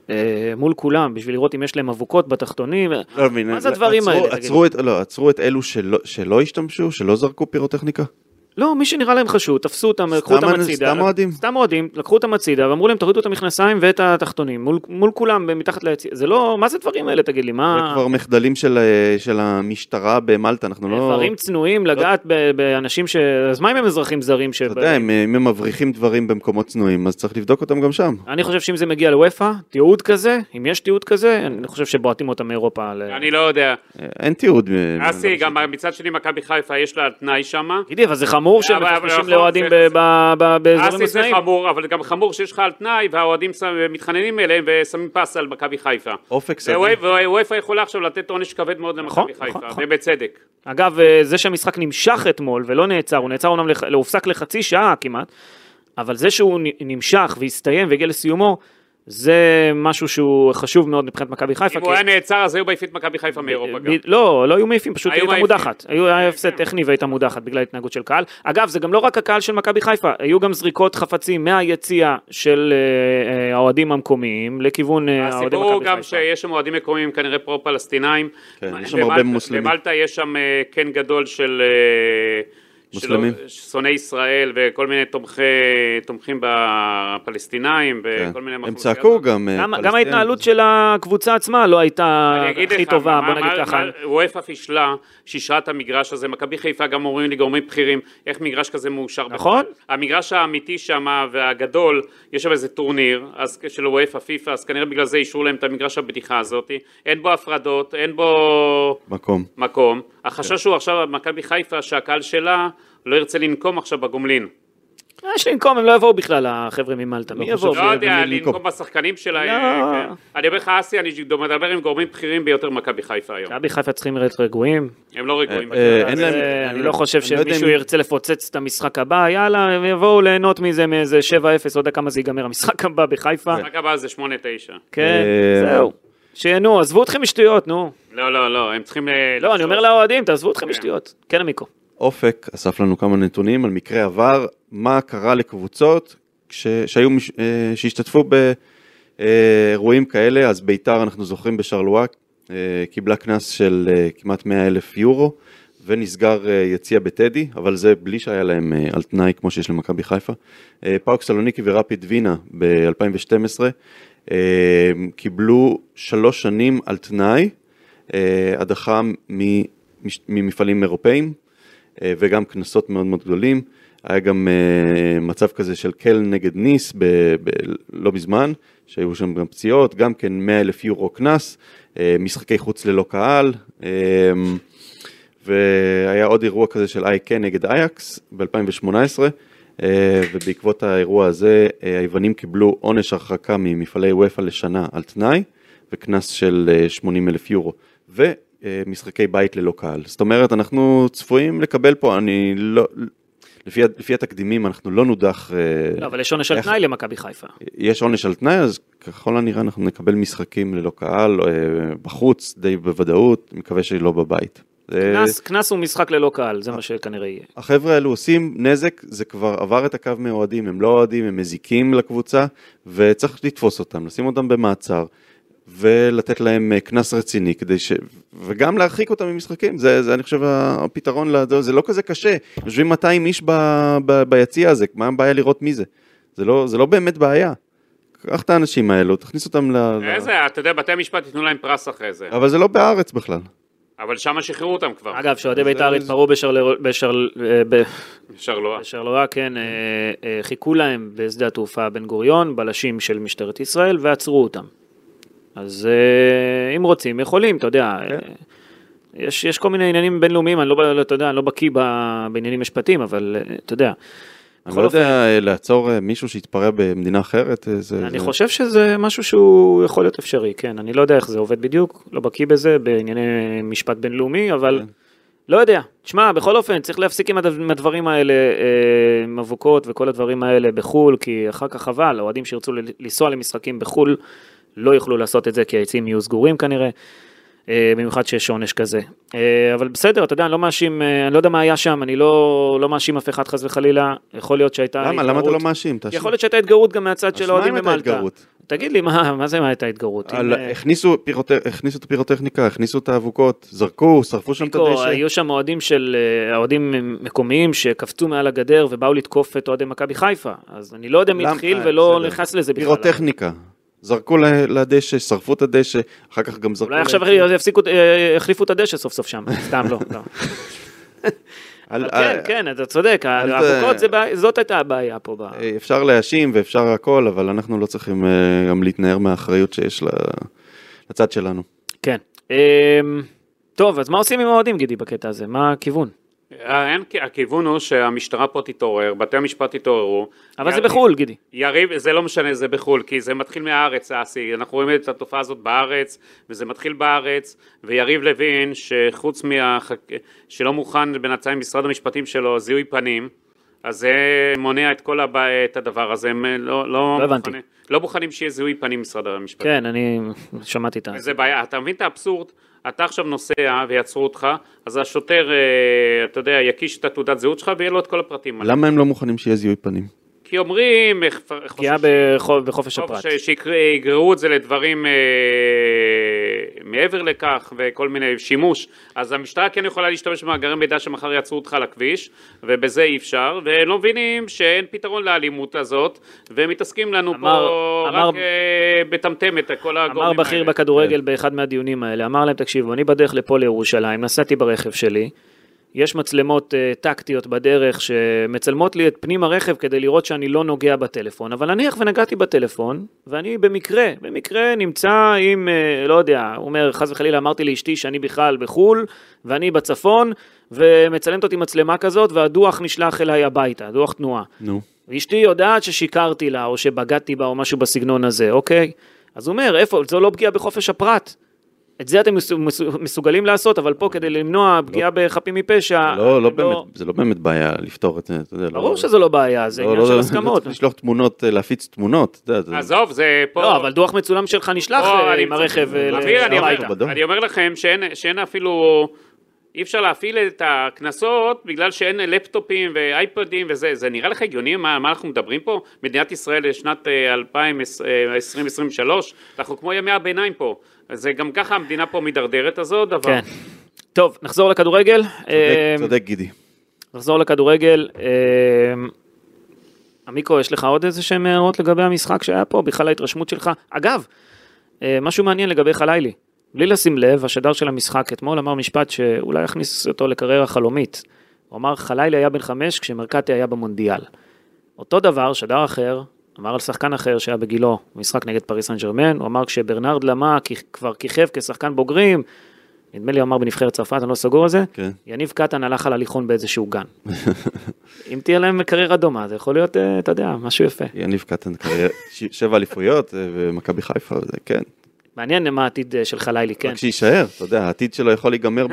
[SPEAKER 2] אה, מול כולם, בשביל לראות אם יש להם אבוקות בתחתונים.
[SPEAKER 3] לא מבין,
[SPEAKER 2] מה זה הדברים
[SPEAKER 3] עצרו,
[SPEAKER 2] האלה? תגיד
[SPEAKER 3] עצרו את, לא, עצרו את אלו שלא, שלא השתמשו, שלא זרקו פירוטכניקה?
[SPEAKER 2] לא, מי שנראה להם חשוד, תפסו אותם, לקחו אותם
[SPEAKER 3] אנ-
[SPEAKER 2] הצידה.
[SPEAKER 3] סתם אוהדים?
[SPEAKER 2] סתם אוהדים, לקחו אותם הצידה ואמרו להם תורידו את המכנסיים ואת התחתונים, מול, מול כולם, מתחת ליציאה. זה לא, מה זה הדברים האלה, תגיד לי?
[SPEAKER 3] זה
[SPEAKER 2] מה...
[SPEAKER 3] כבר מחדלים של, אה, של המשטרה במלטה, אנחנו לא...
[SPEAKER 2] דברים צנועים לגעת ב- באנשים ש... אז מה אם הם אזרחים זרים ש...
[SPEAKER 3] אתה יודע, אם, אם הם מבריחים דברים במקומות צנועים, אז צריך לבדוק אותם גם שם.
[SPEAKER 2] אני חושב שאם זה מגיע לוופא, תיעוד כזה, אם יש תיעוד כזה, אני חושב שבועטים אותם מאירופה. ל-
[SPEAKER 4] אני לא יודע.
[SPEAKER 3] אה, אין תיעוד. אה,
[SPEAKER 4] אסי,
[SPEAKER 3] לא
[SPEAKER 4] גם מצד שני מכבי חיפה יש לה תנאי שמה.
[SPEAKER 2] תגידי, אבל זה חמור שהם
[SPEAKER 4] אבל- אבל
[SPEAKER 2] מפשפשים
[SPEAKER 4] נכון,
[SPEAKER 2] לאוהדים
[SPEAKER 4] זה-
[SPEAKER 2] ב- ב- ב- באזורים
[SPEAKER 4] אסי זה
[SPEAKER 2] מסנאים.
[SPEAKER 4] חמור, אבל גם חמור שיש לך על תנאי והאוהדים שם- מתחננים אליהם ושמים פס על מכבי חיפה.
[SPEAKER 3] אופק סביר.
[SPEAKER 4] ואופה יכולה עכשיו לתת עונש כבד מאוד
[SPEAKER 2] נכון,
[SPEAKER 4] למכבי חיפה,
[SPEAKER 2] נכון, נכון.
[SPEAKER 4] ובצדק.
[SPEAKER 2] אגב, אה, זה שהמשחק נמשך אתמול ולא נעצר, הוא נעצר אומנם, לח- הופסק לחצי שעה כמעט, אבל זה שהוא נ- נמשך והסתיים והגיע לסיומו, זה משהו שהוא חשוב מאוד מבחינת מכבי חיפה.
[SPEAKER 4] אם הוא
[SPEAKER 2] כי-
[SPEAKER 4] היה נעצר אז היו מעיפים את מכבי חיפה מאירופה
[SPEAKER 2] ב-
[SPEAKER 4] גם.
[SPEAKER 2] לא, לא היו מעיפים, פשוט
[SPEAKER 4] היו
[SPEAKER 2] הייתה
[SPEAKER 4] מעיפים.
[SPEAKER 2] מודחת. היו- היה הפסד טכני והייתה מודחת בגלל התנהגות של קהל. אגב, זה גם לא רק הקהל של מכבי חיפה, היו גם זריקות חפצים מהיציע של אה, אה, האוהדים המקומיים לכיוון אה, האוהדים מכבי
[SPEAKER 4] הסיפור
[SPEAKER 2] חיפה.
[SPEAKER 4] הוא גם שיש שם אוהדים מקומיים כנראה פרו-פלסטינאים.
[SPEAKER 3] כן,
[SPEAKER 4] מה-
[SPEAKER 3] יש שם הרבה
[SPEAKER 4] במלטה-
[SPEAKER 3] מוסלמים.
[SPEAKER 4] במלטה יש שם אה, קן גדול של... אה,
[SPEAKER 3] מוסלמים.
[SPEAKER 4] של- שונאי ישראל וכל מיני תומכי, תומכים בפלסטינאים
[SPEAKER 3] כן.
[SPEAKER 4] וכל מיני
[SPEAKER 3] הם
[SPEAKER 4] מחלוקיות.
[SPEAKER 3] צעקו גם... אה,
[SPEAKER 2] גם, גם
[SPEAKER 3] פלסטינים.
[SPEAKER 2] ההתנהלות של הקבוצה עצמה לא הייתה
[SPEAKER 4] אני אגיד
[SPEAKER 2] הכי
[SPEAKER 4] לך,
[SPEAKER 2] טובה,
[SPEAKER 4] מה-
[SPEAKER 2] בוא נגיד
[SPEAKER 4] מה-
[SPEAKER 2] ככה.
[SPEAKER 4] מה- וופא פישלה, שישרה את המגרש הזה, מכבי חיפה גם אומרים לי גורמים בכירים, איך מגרש כזה מאושר.
[SPEAKER 2] נכון.
[SPEAKER 4] בכלל. המגרש האמיתי שם והגדול, יש שם איזה טורניר, אז של וופא פיפא, אז כנראה בגלל זה אישרו להם את המגרש הבדיחה הזאת, אין בו הפרדות, אין בו
[SPEAKER 3] מקום.
[SPEAKER 2] כן.
[SPEAKER 4] מקום. החשש הוא עכשיו, מכבי חיפה, שהקהל שלה לא ירצה לנקום עכשיו בגומלין.
[SPEAKER 2] יש לנקום, הם לא יבואו בכלל, החבר'ה ממלטה. מי
[SPEAKER 3] לא חושב
[SPEAKER 2] יבוא?
[SPEAKER 4] לא יודע,
[SPEAKER 3] לנקום.
[SPEAKER 4] לנקום בשחקנים שלהם.
[SPEAKER 2] לא.
[SPEAKER 4] כן. אני אומר לך, אסי, אני מדבר עם גורמים בכירים ביותר במכבי חיפה היום.
[SPEAKER 2] מכבי חיפה צריכים להיות רגועים.
[SPEAKER 4] הם לא רגועים.
[SPEAKER 3] אה, אה, אין
[SPEAKER 2] אז,
[SPEAKER 3] להם-
[SPEAKER 2] אה, אני לא חושב
[SPEAKER 3] אני לא יודע
[SPEAKER 2] שמישהו
[SPEAKER 3] אם-
[SPEAKER 2] ירצה לפוצץ את המשחק הבא, יאללה, הם יבואו ליהנות מזה מאיזה 7-0, לא יודע כמה זה ייגמר המשחק הבא בחיפה.
[SPEAKER 3] כן.
[SPEAKER 4] המשחק הבא זה 8-9.
[SPEAKER 2] כן,
[SPEAKER 3] אה,
[SPEAKER 2] זהו. שיהנו, עזבו אתכם משטויות, נו.
[SPEAKER 4] לא, לא, לא, הם צריכים... אה,
[SPEAKER 2] לא, אני
[SPEAKER 4] לחשוב.
[SPEAKER 2] אומר לאוהדים, תעזבו אתכם משטויות. כן, עמיקו.
[SPEAKER 3] אה, אופק אסף לנו כמה נתונים על מקרי עבר, מה קרה לקבוצות כש, שהיו, מש- אה, שהשתתפו באירועים כאלה, אז ביתר אנחנו זוכרים בשרלואה, אה, קיבלה קנס של אה, כמעט 100 אלף יורו, ונסגר אה, יציע בטדי, אבל זה בלי שהיה להם אה, על תנאי כמו שיש למכבי חיפה. אה, פאוק סלוניקי ורפיד וינה ב-2012 אה, קיבלו שלוש שנים על תנאי, אה, הדחה מ- מש- ממפעלים אירופאים. אה, וגם קנסות מאוד מאוד גדולים. היה גם אה, מצב כזה של קל נגד ניס ב, ב, לא מזמן, שהיו שם גם פציעות, גם כן 100 אלף יורו קנס, אה, משחקי חוץ ללא קהל, אה, והיה עוד אירוע כזה של איי-קיי נגד אייקס ב-2018, אה, ובעקבות האירוע הזה אה, היוונים קיבלו עונש הרחקה ממפעלי וופא לשנה על תנאי, וקנס של אה, 80 אלף יורו. ומשחקי בית ללא קהל. זאת אומרת, אנחנו צפויים לקבל פה, אני לא... לפי, לפי התקדימים אנחנו לא נודח, אה,
[SPEAKER 2] לא, אבל יש עונש על
[SPEAKER 3] איך- אה,
[SPEAKER 2] תנאי למכבי חיפה.
[SPEAKER 3] יש עונש על תנאי, אז ככל הנראה אנחנו נקבל משחקים ללא קהל, אה, בחוץ, די בוודאות, מקווה שלא בבית. אה,
[SPEAKER 2] קנס- קנס הוא משחק ללא קהל, זה מה שכנראה יהיה.
[SPEAKER 3] החבר'ה האלו עושים נזק, זה כבר עבר את הקו מאוהדים, הם לא אוהדים, הם מזיקים לקבוצה, וצריך לתפוס אותם, לשים אותם במעצר, ולתת להם אה, קנס רציני, כדי ש... וגם להרחיק אותם ממשחקים, זה, זה אני חושב הפתרון, לדבר, זה לא כזה קשה, יושבים 200 איש ב, ב, ביציע הזה, מה הבעיה לראות מי זה? זה לא, זה לא באמת בעיה. קח את האנשים האלו, תכניס אותם ל... ל-
[SPEAKER 4] איזה, אה, אתה יודע, בתי המשפט ייתנו להם פרס אחרי זה.
[SPEAKER 3] אבל זה לא בארץ בכלל.
[SPEAKER 4] אבל שם שחררו אותם כבר.
[SPEAKER 2] אגב, שאוהדי בית"ר
[SPEAKER 3] זה-
[SPEAKER 2] התפרעו בשרלרואה, בשרל... אה, ב-
[SPEAKER 4] אפשר לא.
[SPEAKER 2] בשרלרואה, כן, אה, אה, חיכו להם בשדה התעופה בן גוריון, בלשים של משטרת ישראל, ועצרו אותם. אז אה, אם רוצים, יכולים, אתה יודע. אה,
[SPEAKER 3] כן.
[SPEAKER 2] יש, יש כל מיני עניינים בינלאומיים, אני לא, ב- לא, אתה יודע, אני לא בקיא ב- בעניינים משפטיים, אבל אה, אתה יודע.
[SPEAKER 3] אני
[SPEAKER 2] בכל
[SPEAKER 3] לא יודע, אה, לעצור אה, מישהו שהתפרע במדינה אחרת, אה, זה...
[SPEAKER 2] אני
[SPEAKER 3] זה...
[SPEAKER 2] חושב שזה משהו שהוא יכול להיות אפשרי, כן, אני לא יודע איך זה עובד בדיוק, לא בקיא בזה, בענייני משפט בינלאומי,
[SPEAKER 3] כן.
[SPEAKER 2] אבל לא יודע. תשמע, בכל אופן, צריך להפסיק עם הדב- עם הדברים האלה, אה, מבוקות וכל הדברים האלה בחו"ל, כי אחר כך חבל, אוהדים שירצו ל- לנסוע למשחקים בחו"ל, לא יוכלו לעשות את זה, כי היציעים יהיו סגורים כנראה. אה, במיוחד שיש עונש כזה. אה, אבל בסדר, אתה יודע, אני לא מאשים, אה, אני לא יודע מה היה שם, אני לא, לא מאשים אף אחד חס וחלילה, יכול להיות שהייתה...
[SPEAKER 3] למה? למה אתה
[SPEAKER 2] התפרעות.
[SPEAKER 3] לא מאשים? תאשים.
[SPEAKER 2] יכול להיות שהייתה התגרות גם מהצד
[SPEAKER 3] אז
[SPEAKER 2] של
[SPEAKER 3] מה
[SPEAKER 2] האוהדים
[SPEAKER 3] אם הייתה
[SPEAKER 2] במלטה.
[SPEAKER 3] התגרות?
[SPEAKER 2] תגיד לי, מה, מה זה מה הייתה התגרות?
[SPEAKER 3] על-
[SPEAKER 2] אם, אה,
[SPEAKER 3] הכניסו פירוט- הכניסו את הפירוטכניקה, הכניסו את האבוקות, זרקו, שרפו שם את
[SPEAKER 2] ניקו,
[SPEAKER 3] הדשא.
[SPEAKER 2] היו שם אוהדים של אה, אוהדים מקומיים שקפצו מעל הגדר ובאו לתקוף את אוהדי מכבי חיפה. אז אני לא יודע מי
[SPEAKER 3] למ-
[SPEAKER 2] התחיל
[SPEAKER 3] אה,
[SPEAKER 2] ולא
[SPEAKER 3] בסדר.
[SPEAKER 2] נכנס לזה בכלל.
[SPEAKER 3] פירוטכניקה. זרקו ל- לדשא, שרפו את הדשא, אחר כך גם זרקו...
[SPEAKER 2] אולי עכשיו
[SPEAKER 3] להם-
[SPEAKER 2] יפסיקו, אה, יחליפו את הדשא סוף סוף שם, סתם לא. לא.
[SPEAKER 3] על-
[SPEAKER 2] אבל כן,
[SPEAKER 3] על-
[SPEAKER 2] כן, אתה צודק,
[SPEAKER 3] אל ת-
[SPEAKER 2] האבוקות, זה בעיה- זאת הייתה הבעיה פה. ב-
[SPEAKER 3] אה, אפשר להאשים ואפשר הכל, אבל אנחנו לא צריכים אה, גם להתנער מהאחריות שיש ל- לצד שלנו.
[SPEAKER 2] כן. אמ, טוב, אז מה עושים עם האוהדים, גידי, בקטע הזה? מה הכיוון?
[SPEAKER 4] אה, אין- הכיוון הוא שהמשטרה פה תתעורר, בתי המשפט יתעוררו.
[SPEAKER 2] אבל זה
[SPEAKER 4] יריב-
[SPEAKER 2] בחו"ל, גידי.
[SPEAKER 4] יריב, זה לא משנה, זה בחו"ל, כי זה מתחיל מהארץ, אסי. אנחנו רואים את התופעה הזאת בארץ, וזה מתחיל בארץ, ויריב לוין, שחוץ מה... שלא מוכן בינתיים משרד המשפטים שלו, זיהוי פנים, אז זה מונע את כל הבא, את הדבר הזה. הם לא, לא,
[SPEAKER 2] לא הבנתי.
[SPEAKER 4] מוכנים, לא מוכנים שיהיה זיהוי פנים במשרד המשפטים.
[SPEAKER 2] כן, אני שמעתי את ה...
[SPEAKER 4] זה בעיה, אתה מבין את האבסורד? אתה עכשיו נוסע ויעצרו אותך, אז השוטר, אה, אתה יודע, יקיש את התעודת זהות שלך ויהיה לו את כל הפרטים.
[SPEAKER 3] למה הם לא מוכנים שיהיה זיהוי פנים?
[SPEAKER 4] כי אומרים, איך- איך-
[SPEAKER 2] פגיעה בחופ- בחופש
[SPEAKER 4] טוב,
[SPEAKER 2] הפרט.
[SPEAKER 4] ש- שיגררו את זה לדברים אה, מעבר לכך וכל מיני שימוש, אז המשטרה כן יכולה להשתמש במאגרי מידע שמחר יעצרו אותך על הכביש, ובזה אי אפשר, והם לא מבינים שאין פתרון לאלימות הזאת, והם מתעסקים לנו
[SPEAKER 2] אמר-
[SPEAKER 4] פה
[SPEAKER 2] אמר-
[SPEAKER 4] רק אה, בטמטמת, כל
[SPEAKER 2] אמר
[SPEAKER 4] הגורמים האלה. כן.
[SPEAKER 2] בכיר בכדורגל באחד מהדיונים האלה, אמר להם, תקשיבו, אני בדרך לפה לירושלים, נסעתי ברכב שלי, יש מצלמות אה, טקטיות בדרך שמצלמות לי את פנים הרכב כדי לראות שאני לא נוגע בטלפון, אבל נניח ונגעתי בטלפון, ואני במקרה, במקרה נמצא עם, אה, לא יודע, הוא אומר, חס וחלילה אמרתי לאשתי שאני בכלל בחו"ל, ואני בצפון, ומצלמת אותי מצלמה כזאת, והדוח נשלח אליי הביתה, דוח תנועה.
[SPEAKER 3] נו.
[SPEAKER 2] ואשתי יודעת ששיקרתי לה, או שבגדתי בה, או משהו בסגנון הזה, אוקיי? אז הוא אומר, איפה, זו לא פגיעה בחופש הפרט. את זה אתם מסו- מסו- מסוגלים לעשות, אבל פה כדי למנוע פגיעה בחפים מפשע...
[SPEAKER 3] לא, לא
[SPEAKER 2] אתם
[SPEAKER 3] באמת, זה לא באמת בעיה לפתור את זה, אתה יודע.
[SPEAKER 2] אה, ברור
[SPEAKER 3] לא-
[SPEAKER 2] שזה לא בעיה, זה
[SPEAKER 3] לא-
[SPEAKER 2] עניין
[SPEAKER 3] לא-
[SPEAKER 2] של
[SPEAKER 3] לא
[SPEAKER 2] הסכמות.
[SPEAKER 3] צריך לשלוח תמונות, אה, להפיץ תמונות, אתה יודע. זה-
[SPEAKER 4] עזוב, זה פה...
[SPEAKER 2] לא, אבל דוח מצולם שלך נשלח
[SPEAKER 4] פה
[SPEAKER 2] אה,
[SPEAKER 4] לא, אני-
[SPEAKER 2] עם הרכב אה,
[SPEAKER 4] אביר, אני אומר-
[SPEAKER 2] הביתה.
[SPEAKER 3] בדוח.
[SPEAKER 4] אני אומר לכם שאין- שאין אפילו... אי אפשר להפעיל את הקנסות בגלל שאין לפטופים ואייפדים וזה. זה נראה לך הגיוני מה, מה אנחנו מדברים פה? מדינת ישראל לשנת אה, 2023, אנחנו כמו ימי הביניים פה. אז זה גם ככה המדינה פה מידרדרת, אז זה עוד דבר.
[SPEAKER 2] כן. טוב, נחזור לכדורגל.
[SPEAKER 3] צודק-
[SPEAKER 2] אה,
[SPEAKER 3] צודק גידי.
[SPEAKER 2] נחזור לכדורגל. אמ, עמיקו, יש לך עוד איזה שהם הערות לגבי המשחק שהיה פה? בכלל ההתרשמות שלך? אגב, אה, משהו מעניין לגבי חלילי. בלי לשים לב, השדר של המשחק אתמול אמר משפט שאולי יכניס אותו לקריירה חלומית. הוא אמר, חלילי היה בן חמש כשמרקטי היה במונדיאל. אותו דבר, שדר אחר, אמר על שחקן אחר שהיה בגילו משחק נגד פריס סן ג'רמן, הוא אמר כשברנרד למה כבר כיכב כשחקן בוגרים, נדמה לי הוא אמר בנבחרת צרפת, אני לא סגור על זה,
[SPEAKER 3] כן.
[SPEAKER 2] יניב קטן הלך על הליכון באיזשהו גן. אם תהיה להם קריירה דומה, זה יכול להיות, אה, אתה יודע, משהו יפה.
[SPEAKER 3] יניב קטן קריירה, ש- שבע אליפויות אה, ומכבי חיפה, זה כן.
[SPEAKER 2] מעניין מה העתיד אה, של חלילי, כן.
[SPEAKER 3] רק שיישאר, אתה יודע, העתיד שלו יכול להיגמר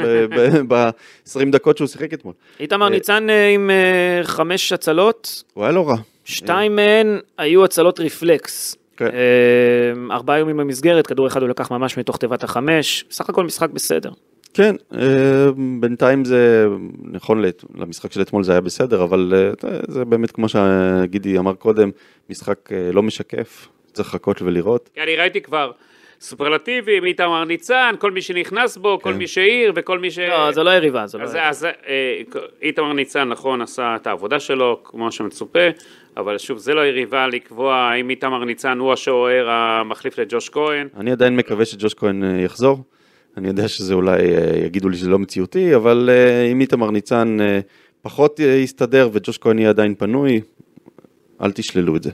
[SPEAKER 3] ב-20 דקות שהוא שיחק אתמול.
[SPEAKER 2] איתמר
[SPEAKER 3] אה,
[SPEAKER 2] ניצן אה, עם אה, חמש הצלות,
[SPEAKER 3] הוא היה לא רע.
[SPEAKER 2] שתיים מהן היו הצלות רפלקס.
[SPEAKER 3] כן.
[SPEAKER 2] אה, ארבעה יומים במסגרת, כדור אחד הוא לקח ממש מתוך תיבת החמש, סך הכל משחק בסדר.
[SPEAKER 3] כן, אה, בינתיים זה, נכון לת- למשחק של אתמול זה היה בסדר, אבל אה, אתה יודע, זה באמת כמו שגידי אמר קודם, משחק אה, לא משקף, צריך לחכות ולראות.
[SPEAKER 4] כי אני ראיתי כבר סופרלטיבים, איתמר ניצן, כל מי שנכנס בו, כל מי שהעיר וכל מי ש...
[SPEAKER 2] לא, זו לא יריבה, זו לא
[SPEAKER 4] אה, אז,
[SPEAKER 2] יריבה.
[SPEAKER 4] אז אה, איתמר ניצן, נכון, עשה את העבודה שלו, כמו שמצופה, אבל שוב, זה לא יריבה לקבוע האם איתמר ניצן הוא השוער המחליף לג'וש כהן.
[SPEAKER 3] אני עדיין מקווה שג'וש כהן אה, יחזור. אני יודע שזה אולי, אה, יגידו לי שזה לא מציאותי, אבל אה, אם איתמר ניצן אה, פחות אה, יסתדר וג'וש כהן יהיה עדיין פנוי, אל תשללו את זה.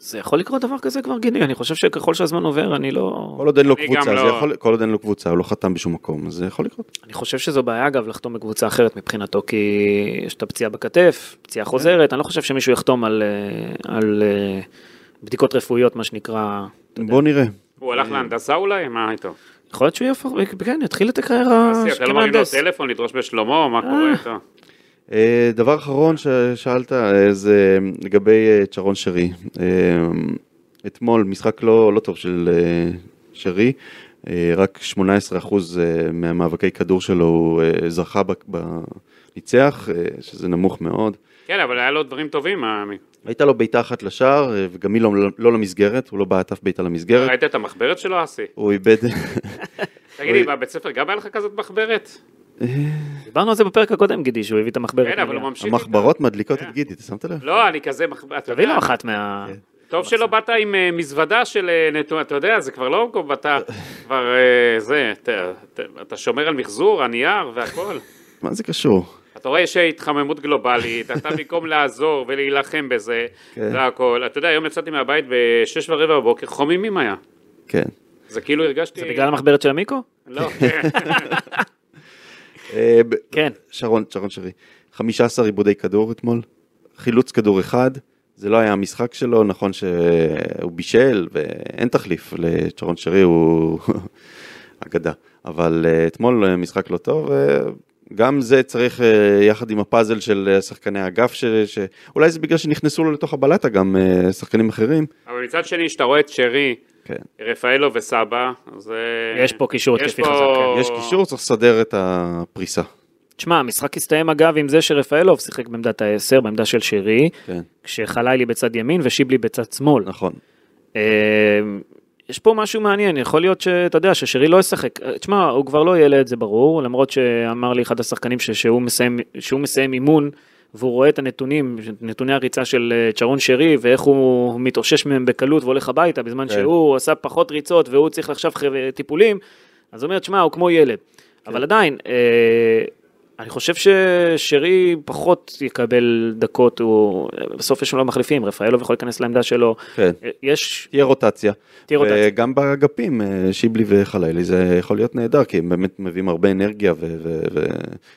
[SPEAKER 2] זה יכול לקרות דבר כזה כבר, גיני, אני חושב שככל שהזמן עובר, אני לא...
[SPEAKER 3] כל עוד אין לו
[SPEAKER 4] אני
[SPEAKER 3] קבוצה,
[SPEAKER 4] גם
[SPEAKER 3] זה
[SPEAKER 4] לא-
[SPEAKER 3] יכול, כל עוד אין לו קבוצה, הוא לא חתם בשום מקום, אז זה יכול לקרות.
[SPEAKER 2] אני חושב שזו בעיה אגב לחתום בקבוצה אחרת מבחינתו כי יש את הפציעה בכתף, פציעה חוזרת, אני לא חושב שמישהו יחתום על, אה, על אה, בדיקות רפואיות מה שנקרא,
[SPEAKER 3] בוא נראה.
[SPEAKER 4] הוא הלך להנדסה אולי? מה איתו?
[SPEAKER 2] יכול להיות שהוא יהפוך, כן, יתחיל את הקריירה
[SPEAKER 4] אז אתה לא מרים לו
[SPEAKER 2] כמהנדס.
[SPEAKER 4] טלפון לדרוש בשלומו? מה קורה איתו?
[SPEAKER 3] אה, דבר אחרון ששאלת, אה, זה לגבי אה, צ'רון שרי. אה, אתמול משחק לא, לא טוב של אה, שרי, אה, רק 18% אה, מהמאבקי כדור שלו הוא אה, זכה ב- ב- ניצח, אה, שזה נמוך מאוד.
[SPEAKER 4] כן, אבל היה לו דברים טובים, מה, מי?
[SPEAKER 3] הייתה לו בעיטה אחת לשער, אה, וגם היא לא, לא למסגרת, הוא לא בעט אף בעיטה למסגרת.
[SPEAKER 4] ראית את המחברת שלו, אסי?
[SPEAKER 3] הוא איבד,
[SPEAKER 4] תגיד לי,
[SPEAKER 3] אוי.
[SPEAKER 4] בבית ספר גם היה לך כזאת מחברת?
[SPEAKER 2] דיברנו על זה בפרק הקודם גידי שהוא הביא את המחברת.
[SPEAKER 4] כן, אבל הוא
[SPEAKER 2] מלאה.
[SPEAKER 4] ממשיך. איתה.
[SPEAKER 3] המחברות מדליקות את גידי, אתה שמת לב?
[SPEAKER 4] לא, אני כזה מחברת.
[SPEAKER 2] תביא לו אחת מה...
[SPEAKER 4] טוב שלא באת עם אה, מזוודה של אה, נתון, אתה יודע, זה כבר לא מקום, אתה כבר, אה, זה, אתה- אתה- אתה שומר על מחזור, הנייר והכל.
[SPEAKER 3] מה זה קשור?
[SPEAKER 4] אתה רואה שהתחממות גלובלית, אתה במקום לעזור ולהילחם בזה,
[SPEAKER 3] כן.
[SPEAKER 4] והכל. אתה יודע, היום יצאתי מהבית בשש ורבע בבוקר, חומימים היה.
[SPEAKER 3] כן.
[SPEAKER 4] זה כאילו הרגשתי...
[SPEAKER 2] זה בגלל המחברת של המיקרו?
[SPEAKER 4] לא,
[SPEAKER 3] אה, ב-
[SPEAKER 2] כן.
[SPEAKER 3] שרון, שרון שרי. 15 עיבודי כדור אתמול, חילוץ כדור אחד, זה לא היה המשחק שלו, נכון שהוא בישל, ואין תחליף לשרון שרי, הוא אגדה. אבל אה, אתמול אה, משחק לא טוב, אה, גם זה צריך אה, יחד עם הפאזל של אה, שחקני האגף, ש... ש... אולי זה בגלל שנכנסו לו לתוך הבלטה גם אה, שחקנים אחרים.
[SPEAKER 4] אבל מצד שני, כשאתה רואה את שרי,
[SPEAKER 3] כן.
[SPEAKER 4] רפאלו וסבא, זה...
[SPEAKER 2] יש פה קישור
[SPEAKER 4] יש
[SPEAKER 2] התקפי
[SPEAKER 4] פה-
[SPEAKER 2] חזק, כן.
[SPEAKER 3] יש קישור, צריך לסדר את הפריסה.
[SPEAKER 2] תשמע, המשחק הסתיים אגב עם זה שרפאלוב שיחק בעמדת העשר, בעמדה של שרי,
[SPEAKER 3] כן,
[SPEAKER 2] כשחלילי בצד ימין ושיבלי בצד שמאל.
[SPEAKER 3] נכון.
[SPEAKER 2] אה, יש פה משהו מעניין, יכול להיות שאתה יודע ששרי לא ישחק. אה, תשמע, הוא כבר לא ילד, זה ברור, למרות שאמר לי אחד השחקנים ש- שהוא מסיים, שהוא מסיים אימון והוא רואה את הנתונים, נתוני הריצה של אה, צ'רון שרי ואיך הוא מתאושש מהם בקלות והולך הביתה, בזמן
[SPEAKER 3] כן.
[SPEAKER 2] שהוא עשה פחות ריצות והוא צריך עכשיו חב- טיפולים, אז הוא אומר, תשמע, הוא כמו ילד. אבל עדיין, אה, אני חושב ששרי פחות יקבל דקות, הוא... בסוף יש לו מחליפים, רפאלוב יכול להיכנס לעמדה שלו.
[SPEAKER 3] כן.
[SPEAKER 2] יש,
[SPEAKER 3] תהיה רוטציה.
[SPEAKER 2] תהיה רוטציה.
[SPEAKER 3] וגם באגפים, אה, שיבלי וחלילי, זה יכול להיות נהדר, כי הם באמת מביאים הרבה אנרגיה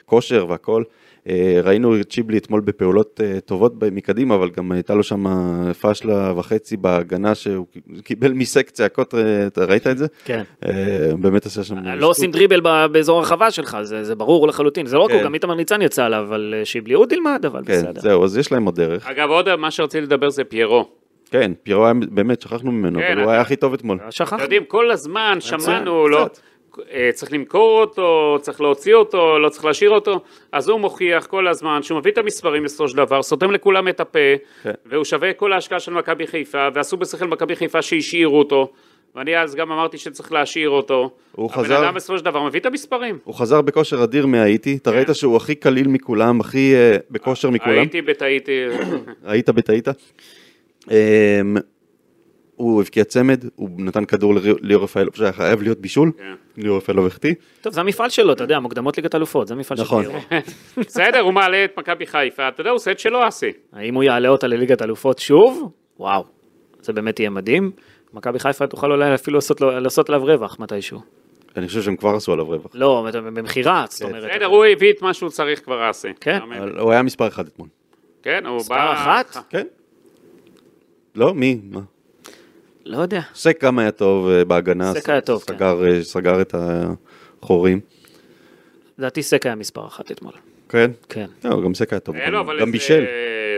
[SPEAKER 3] וכושר והכול. אה, ראינו את שיבלי אתמול בפעולות אה, טובות ב- מקדימה, אבל גם הייתה לו שם פאשלה וחצי בהגנה שהוא קיבל מסק צעקות, אה, אתה ראית את זה?
[SPEAKER 2] כן.
[SPEAKER 3] אה, באמת עשה שם...
[SPEAKER 2] לא עושים דריבל ב- באזור הרחבה שלך, זה זה ברור לחלוטין. זה לא רק הוא,
[SPEAKER 3] כן.
[SPEAKER 2] גם איתמר ניצן יצא עליו, אבל אה, שיבלי עוד ילמד, אבל
[SPEAKER 3] כן,
[SPEAKER 2] בסדר. אה.
[SPEAKER 3] זהו, אז יש להם עוד דרך.
[SPEAKER 4] אגב, עוד מה שרציתי לדבר זה פיירו.
[SPEAKER 3] כן, פירו היה, באמת, שכחנו ממנו,
[SPEAKER 4] כן,
[SPEAKER 3] אבל
[SPEAKER 2] אה.
[SPEAKER 4] אתה-
[SPEAKER 3] הוא היה הכי טוב אתמול.
[SPEAKER 4] אתם
[SPEAKER 2] שכחנו.
[SPEAKER 4] יודעים, כל הזמן שמענו,
[SPEAKER 3] קצת.
[SPEAKER 4] לא, אה, צריך למכור אותו, צריך להוציא אותו, לא צריך להשאיר אותו, אז הוא מוכיח כל הזמן שהוא מביא את המספרים בסופו של דבר, סותם לכולם את הפה,
[SPEAKER 3] כן.
[SPEAKER 4] והוא שווה כל ההשקעה של מכבי חיפה, ועשו בשכל מכבי חיפה שהשאירו אותו, ואני אז גם אמרתי שצריך להשאיר אותו.
[SPEAKER 3] הוא
[SPEAKER 4] הבן
[SPEAKER 3] חזר-
[SPEAKER 4] אדם בסופו של דבר מביא את המספרים.
[SPEAKER 3] הוא חזר בכושר אדיר מהאיטי,
[SPEAKER 2] כן.
[SPEAKER 3] אתה ראית שהוא הכי קליל מכולם, הכי אה, בכושר מכולם.
[SPEAKER 4] הייתי בטעיתי,
[SPEAKER 3] ראית בטעית? אמ, הוא הבקיע צמד, הוא נתן כדור לרי- ליאור רפאלוב, שהיה חייב להיות בישול,
[SPEAKER 4] כן.
[SPEAKER 3] ליאור רפאלוב החטיא.
[SPEAKER 2] טוב, זה המפעל שלו, אתה יודע, מוקדמות ליגת אלופות, זה המפעל של
[SPEAKER 3] נכון.
[SPEAKER 2] פיירו.
[SPEAKER 4] בסדר, הוא מעלה את מכבי חיפה, אתה יודע, הוא עושה את שלו אסי.
[SPEAKER 2] האם הוא יעלה אותה לליגת אלופות שוב? וואו, זה באמת יהיה מדהים. מכבי חיפה תוכל אולי אפילו לעשות, לו- לעשות עליו רווח מתישהו.
[SPEAKER 3] אני חושב שהם כבר עשו עליו רווח.
[SPEAKER 2] לא, במכירה,
[SPEAKER 3] כן.
[SPEAKER 2] זאת אומרת.
[SPEAKER 4] בסדר, הוא הביא את מה שהוא צריך כבר אסי.
[SPEAKER 2] כן.
[SPEAKER 4] אתה מבין?
[SPEAKER 3] אבל הוא היה מספר אחד אתמול.
[SPEAKER 4] כן, הוא
[SPEAKER 2] מספר
[SPEAKER 4] בא...
[SPEAKER 2] אחת?
[SPEAKER 3] כן. לא, מי? מה?
[SPEAKER 2] לא יודע.
[SPEAKER 3] סק גם היה טוב אה, בהגנה.
[SPEAKER 2] סק היה טוב, כן.
[SPEAKER 3] סגר, אה, סגר את החורים.
[SPEAKER 2] לדעתי סק היה מספר אחת אתמול.
[SPEAKER 3] כן.
[SPEAKER 2] כן.
[SPEAKER 3] לא, גם סק היה טוב.
[SPEAKER 4] היה
[SPEAKER 3] גם-
[SPEAKER 4] לו אה, אבל
[SPEAKER 3] גם
[SPEAKER 4] איזה...
[SPEAKER 3] בישל.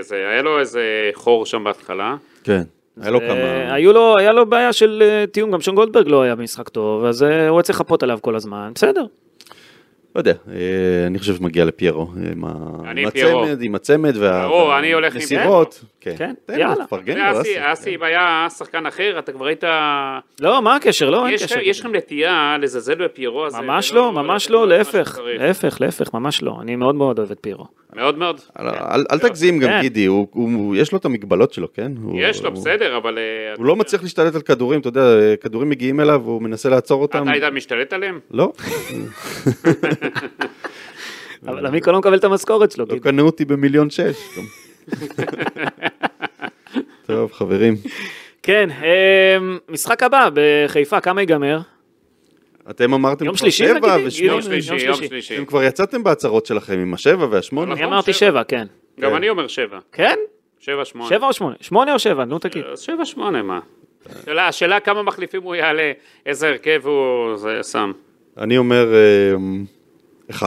[SPEAKER 4] זה, היה לו איזה חור שם בהתחלה.
[SPEAKER 3] כן. היה לו כמה...
[SPEAKER 2] אה, היו לו, היה לו בעיה של אה, תיאום, גם שון גולדברג לא היה במשחק טוב, אז אה, הוא היה צריך לחפות עליו כל הזמן, בסדר.
[SPEAKER 3] לא יודע, אה, אני חושב שמגיע לפיירו, אה, עם ה-
[SPEAKER 4] אני
[SPEAKER 3] עם
[SPEAKER 4] פיירו.
[SPEAKER 3] הצמד, עם הצמד וה...
[SPEAKER 4] ברור, אני הולך עם
[SPEAKER 3] מסירות. כן,
[SPEAKER 2] כן,
[SPEAKER 3] תן לו,
[SPEAKER 2] יאללה.
[SPEAKER 3] תפרגן
[SPEAKER 4] זה
[SPEAKER 3] לו,
[SPEAKER 4] אסי,
[SPEAKER 3] אסי.
[SPEAKER 4] אסי, אם היה שחקן אחר, אתה כבר היית...
[SPEAKER 2] כן. לא, מה הקשר? לא, אין
[SPEAKER 4] יש-
[SPEAKER 2] קשר.
[SPEAKER 4] יש לכם נטייה לזלזל בפיירו הזה.
[SPEAKER 2] ממש
[SPEAKER 4] ולא-
[SPEAKER 2] לא, ממש
[SPEAKER 4] לתת
[SPEAKER 2] לא,
[SPEAKER 4] לו את מה
[SPEAKER 2] להפך,
[SPEAKER 4] שצריך.
[SPEAKER 2] להפך, להפך, ממש לא. אני מאוד מאוד אוהב את פירו.
[SPEAKER 4] מאוד מאוד.
[SPEAKER 3] כן. אל- אל אל תגזים גם
[SPEAKER 2] כן.
[SPEAKER 3] גידי, הוא- הוא- יש לו את המגבלות שלו, כן? הוא-
[SPEAKER 4] יש לו,
[SPEAKER 3] הוא-
[SPEAKER 4] בסדר, אבל... אה,
[SPEAKER 3] הוא לא מצליח להשתלט על כדורים, אתה יודע, כדורים מגיעים אליו, הוא מנסה לעצור אותם.
[SPEAKER 4] אתה היית משתלט עליהם?
[SPEAKER 3] לא,
[SPEAKER 2] אבל עמיקו לא מקבל את המשכורת שלו,
[SPEAKER 3] לא
[SPEAKER 4] אוקיי.
[SPEAKER 2] גידי.
[SPEAKER 3] קנו אותי במיליון שש. גם. טוב, חברים,
[SPEAKER 2] כן, אה, משחק הבא בחיפה, כמה ייגמר?
[SPEAKER 4] נכון,
[SPEAKER 3] אתם אמרתם
[SPEAKER 2] יום
[SPEAKER 3] כבר
[SPEAKER 2] שלישי
[SPEAKER 3] שבע
[SPEAKER 2] נגיד?
[SPEAKER 3] ושמונה.
[SPEAKER 4] יום שלישי, יום
[SPEAKER 2] שלישי.
[SPEAKER 4] שלישי.
[SPEAKER 3] אתם כבר יצאתם בהצהרות שלכם עם השבע והשמונה.
[SPEAKER 2] אני
[SPEAKER 4] נכון,
[SPEAKER 2] אמרתי
[SPEAKER 4] שבע.
[SPEAKER 2] שבע, כן.
[SPEAKER 4] גם אני אומר שבע.
[SPEAKER 2] כן?
[SPEAKER 4] שבע, שמונה.
[SPEAKER 2] שבע או שמונה? שמונה או שבע, נו תגיד.
[SPEAKER 4] אז שבע, שמונה, מה? השאלה- השאלה כמה מחליפים הוא יעלה, איזה הרכב הוא זה, שם.
[SPEAKER 3] אני אומר אה, 11-0.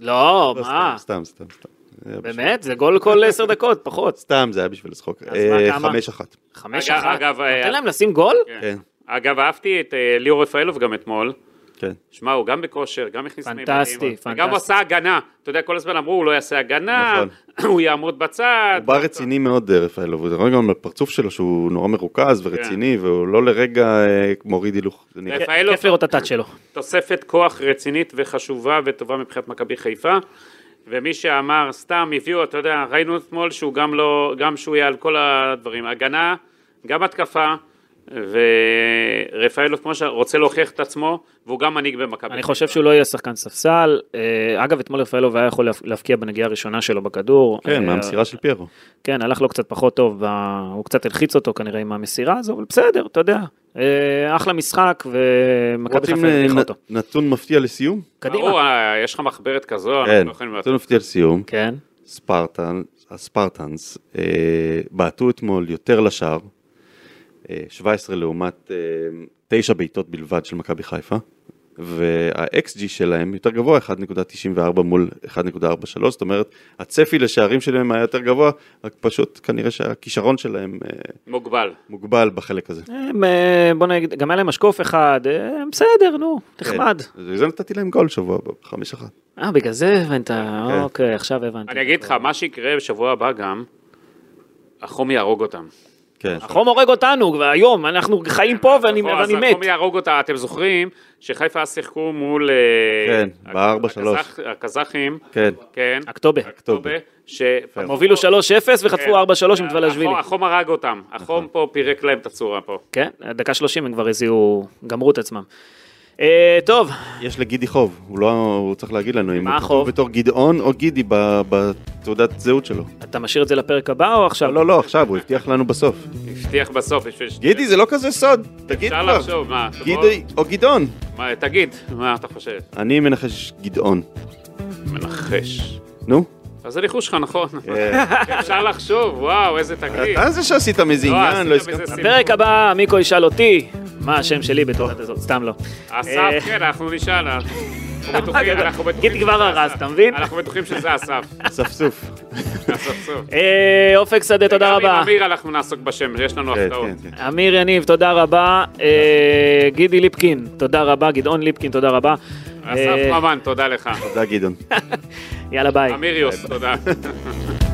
[SPEAKER 2] לא,
[SPEAKER 3] לא,
[SPEAKER 2] מה?
[SPEAKER 3] סתם, סתם, סתם. סתם. זה היה בשביל-
[SPEAKER 2] באמת? זה גול כל עשר דקות, פחות.
[SPEAKER 3] סתם, זה היה בשביל לשחוק.
[SPEAKER 2] אז מה,
[SPEAKER 3] אה,
[SPEAKER 2] כמה? כן.
[SPEAKER 3] 5-1.
[SPEAKER 2] חמש
[SPEAKER 4] אגב,
[SPEAKER 2] אחת.
[SPEAKER 4] אגב, אה,
[SPEAKER 2] נותן להם לשים גול?
[SPEAKER 3] כן,
[SPEAKER 4] אגב, אהבתי את אה, ליאור רפאלוב גם אתמול.
[SPEAKER 3] כן.
[SPEAKER 4] שמע, הוא גם בכושר, גם הכניס
[SPEAKER 2] פנטסטי,
[SPEAKER 4] מימדים,
[SPEAKER 2] פנטסטי. נכון.
[SPEAKER 4] וגם הוא עשה הגנה. אתה יודע, כל הזמן אמרו, הוא לא יעשה הגנה, הוא יעמוד בצד.
[SPEAKER 3] הוא בא רציני מאוד, אה, רפאלוב, הוא רואה גם בפרצוף שלו שהוא נורא מרוכז ורציני, והוא לא לרגע אה, מוריד הילוך. זה נראה.
[SPEAKER 4] רפאלוב,
[SPEAKER 2] כיף לראות את הטאט שלו.
[SPEAKER 4] תוספת כוח רצינית וחשובה וטובה מבחינת מכבי חיפה. ומי שאמר, סתם הביאו, אתה יודע, ראינו אתמול שהוא גם לא, גם שהוא יהיה על כל הדברים. הגנה, גם התקפה, ורפאלוב, כמו שרוצה להוכיח את עצמו, והוא גם מנהיג במכבי.
[SPEAKER 2] אני חושב שהוא לא יהיה שחקן ספסל. אה, אגב, אתמול רפאלוב היה יכול להפ- להפקיע בנגיעה הראשונה שלו בכדור.
[SPEAKER 3] כן,
[SPEAKER 2] אה,
[SPEAKER 3] מהמסירה של פיירו.
[SPEAKER 2] כן, הלך לו קצת פחות טוב, ב- הוא קצת הלחיץ אותו כנראה עם המסירה הזו, אבל בסדר, אתה יודע. אה, אחלה משחק, ומכבי
[SPEAKER 3] רוצים
[SPEAKER 2] חיפה הניחה
[SPEAKER 3] אה,
[SPEAKER 2] אותו.
[SPEAKER 3] נ- נתון מפתיע לסיום?
[SPEAKER 2] קדימה.
[SPEAKER 4] ברור, אה, יש לך מחברת כזו,
[SPEAKER 3] כן,
[SPEAKER 4] אנחנו לא יכולים...
[SPEAKER 3] נתון מפתיע לסיום.
[SPEAKER 2] כן.
[SPEAKER 3] ספרטן- הספרטנס אה, בעטו אתמול יותר לשער, אה, 17 לעומת אה, 9 בעיטות בלבד של מכבי חיפה, וה-XG שלהם יותר גבוה, 1.94 מול 1.43, זאת אומרת, הצפי לשערים שלהם היה יותר גבוה, רק פשוט כנראה שהכישרון שלהם אה,
[SPEAKER 4] מוגבל.
[SPEAKER 3] מוגבל בחלק הזה.
[SPEAKER 2] הם, אה, בוא נגיד, גם היה להם משקוף אחד, אה, בסדר, נו, נחמד.
[SPEAKER 3] כן, בגלל זה נתתי להם גול שבוע, בחמש אחת.
[SPEAKER 2] אה, בגלל זה הבנת,
[SPEAKER 3] כן.
[SPEAKER 2] אוקיי, עכשיו הבנתי.
[SPEAKER 4] אני אגיד לך, מה שיקרה בשבוע הבא גם, החום יהרוג אותם.
[SPEAKER 3] כן.
[SPEAKER 2] החום הורג אותנו, כבר היום, אנחנו חיים פה ואני
[SPEAKER 4] אז
[SPEAKER 2] ואני מת.
[SPEAKER 4] החום יהרוג אותה, אתם זוכרים שחיפה אז שיחקו מול... אה,
[SPEAKER 3] כן,
[SPEAKER 4] הקז-
[SPEAKER 3] בארבע, שלוש.
[SPEAKER 4] הקזח- הקזחים,
[SPEAKER 3] כן.
[SPEAKER 4] כן,
[SPEAKER 2] אקטובה.
[SPEAKER 3] אקטובה.
[SPEAKER 4] ש...
[SPEAKER 2] הם הובילו 3-0
[SPEAKER 4] כן.
[SPEAKER 2] וחטפו 4-3 עם דבלשווילי.
[SPEAKER 4] החום- החום הרג
[SPEAKER 3] נכון.
[SPEAKER 4] אותם, החום פה פירק להם את הצורה פה.
[SPEAKER 2] כן, דקה 30 הם כבר הזיעו, גמרו את עצמם. אה, טוב,
[SPEAKER 3] יש לגידי חוב, הוא לא, הוא צריך להגיד לנו אם
[SPEAKER 2] מה
[SPEAKER 3] הוא
[SPEAKER 2] החוב?
[SPEAKER 3] כתוב בתור גדעון או גידי ב- בתעודת זהות שלו.
[SPEAKER 2] אתה משאיר את זה לפרק הבא או עכשיו?
[SPEAKER 3] לא, לא, לא, עכשיו, הוא הבטיח לנו בסוף.
[SPEAKER 4] הבטיח בסוף בשביל... ש-
[SPEAKER 3] גידי, זה לא כזה סוד, תגיד
[SPEAKER 4] אפשר
[SPEAKER 3] כבר.
[SPEAKER 4] לחשוב, מה, אתה
[SPEAKER 3] גידי או גדעון.
[SPEAKER 4] מה, תגיד, מה אתה חושב?
[SPEAKER 3] אני מנחש גדעון.
[SPEAKER 4] מנחש.
[SPEAKER 3] נו?
[SPEAKER 4] אז זה ניחוש שלך, נכון?
[SPEAKER 3] אה,
[SPEAKER 4] אפשר לחשוב, וואו, איזה תקליט.
[SPEAKER 3] אתה זה שעשית מזה
[SPEAKER 4] לא,
[SPEAKER 3] עניין, לא
[SPEAKER 4] עשית מזה
[SPEAKER 3] הסכמת.
[SPEAKER 4] סיפור.
[SPEAKER 2] בפרק הבא מיקו ישאל אותי מה השם שלי בתורת הזאת, סתם לא. אה,
[SPEAKER 4] אסף, כן, אנחנו נשאל. אנחנו בטוחים- אנחנו בטוחים
[SPEAKER 2] גיל כבר
[SPEAKER 4] שזה
[SPEAKER 2] הרס,
[SPEAKER 4] אסף.
[SPEAKER 2] אתה מבין?
[SPEAKER 4] אנחנו בטוחים שזה אסף.
[SPEAKER 3] ספסוף. כן,
[SPEAKER 4] אסף סוף.
[SPEAKER 2] אה, אופק שדה, תודה
[SPEAKER 4] גם עם
[SPEAKER 2] רבה.
[SPEAKER 4] אמיר אנחנו נעסוק בשם, יש לנו
[SPEAKER 3] כן,
[SPEAKER 4] הפתעות.
[SPEAKER 3] כן, כן.
[SPEAKER 2] אמיר יניב, תודה רבה. אה, גידי ליפקין, תודה רבה. גדעון ליפקין, תודה רבה.
[SPEAKER 4] אסף
[SPEAKER 2] אה,
[SPEAKER 4] ממן, תודה לך.
[SPEAKER 3] תודה גדעון.
[SPEAKER 2] יאללה ביי.
[SPEAKER 4] אמיריוס, תודה.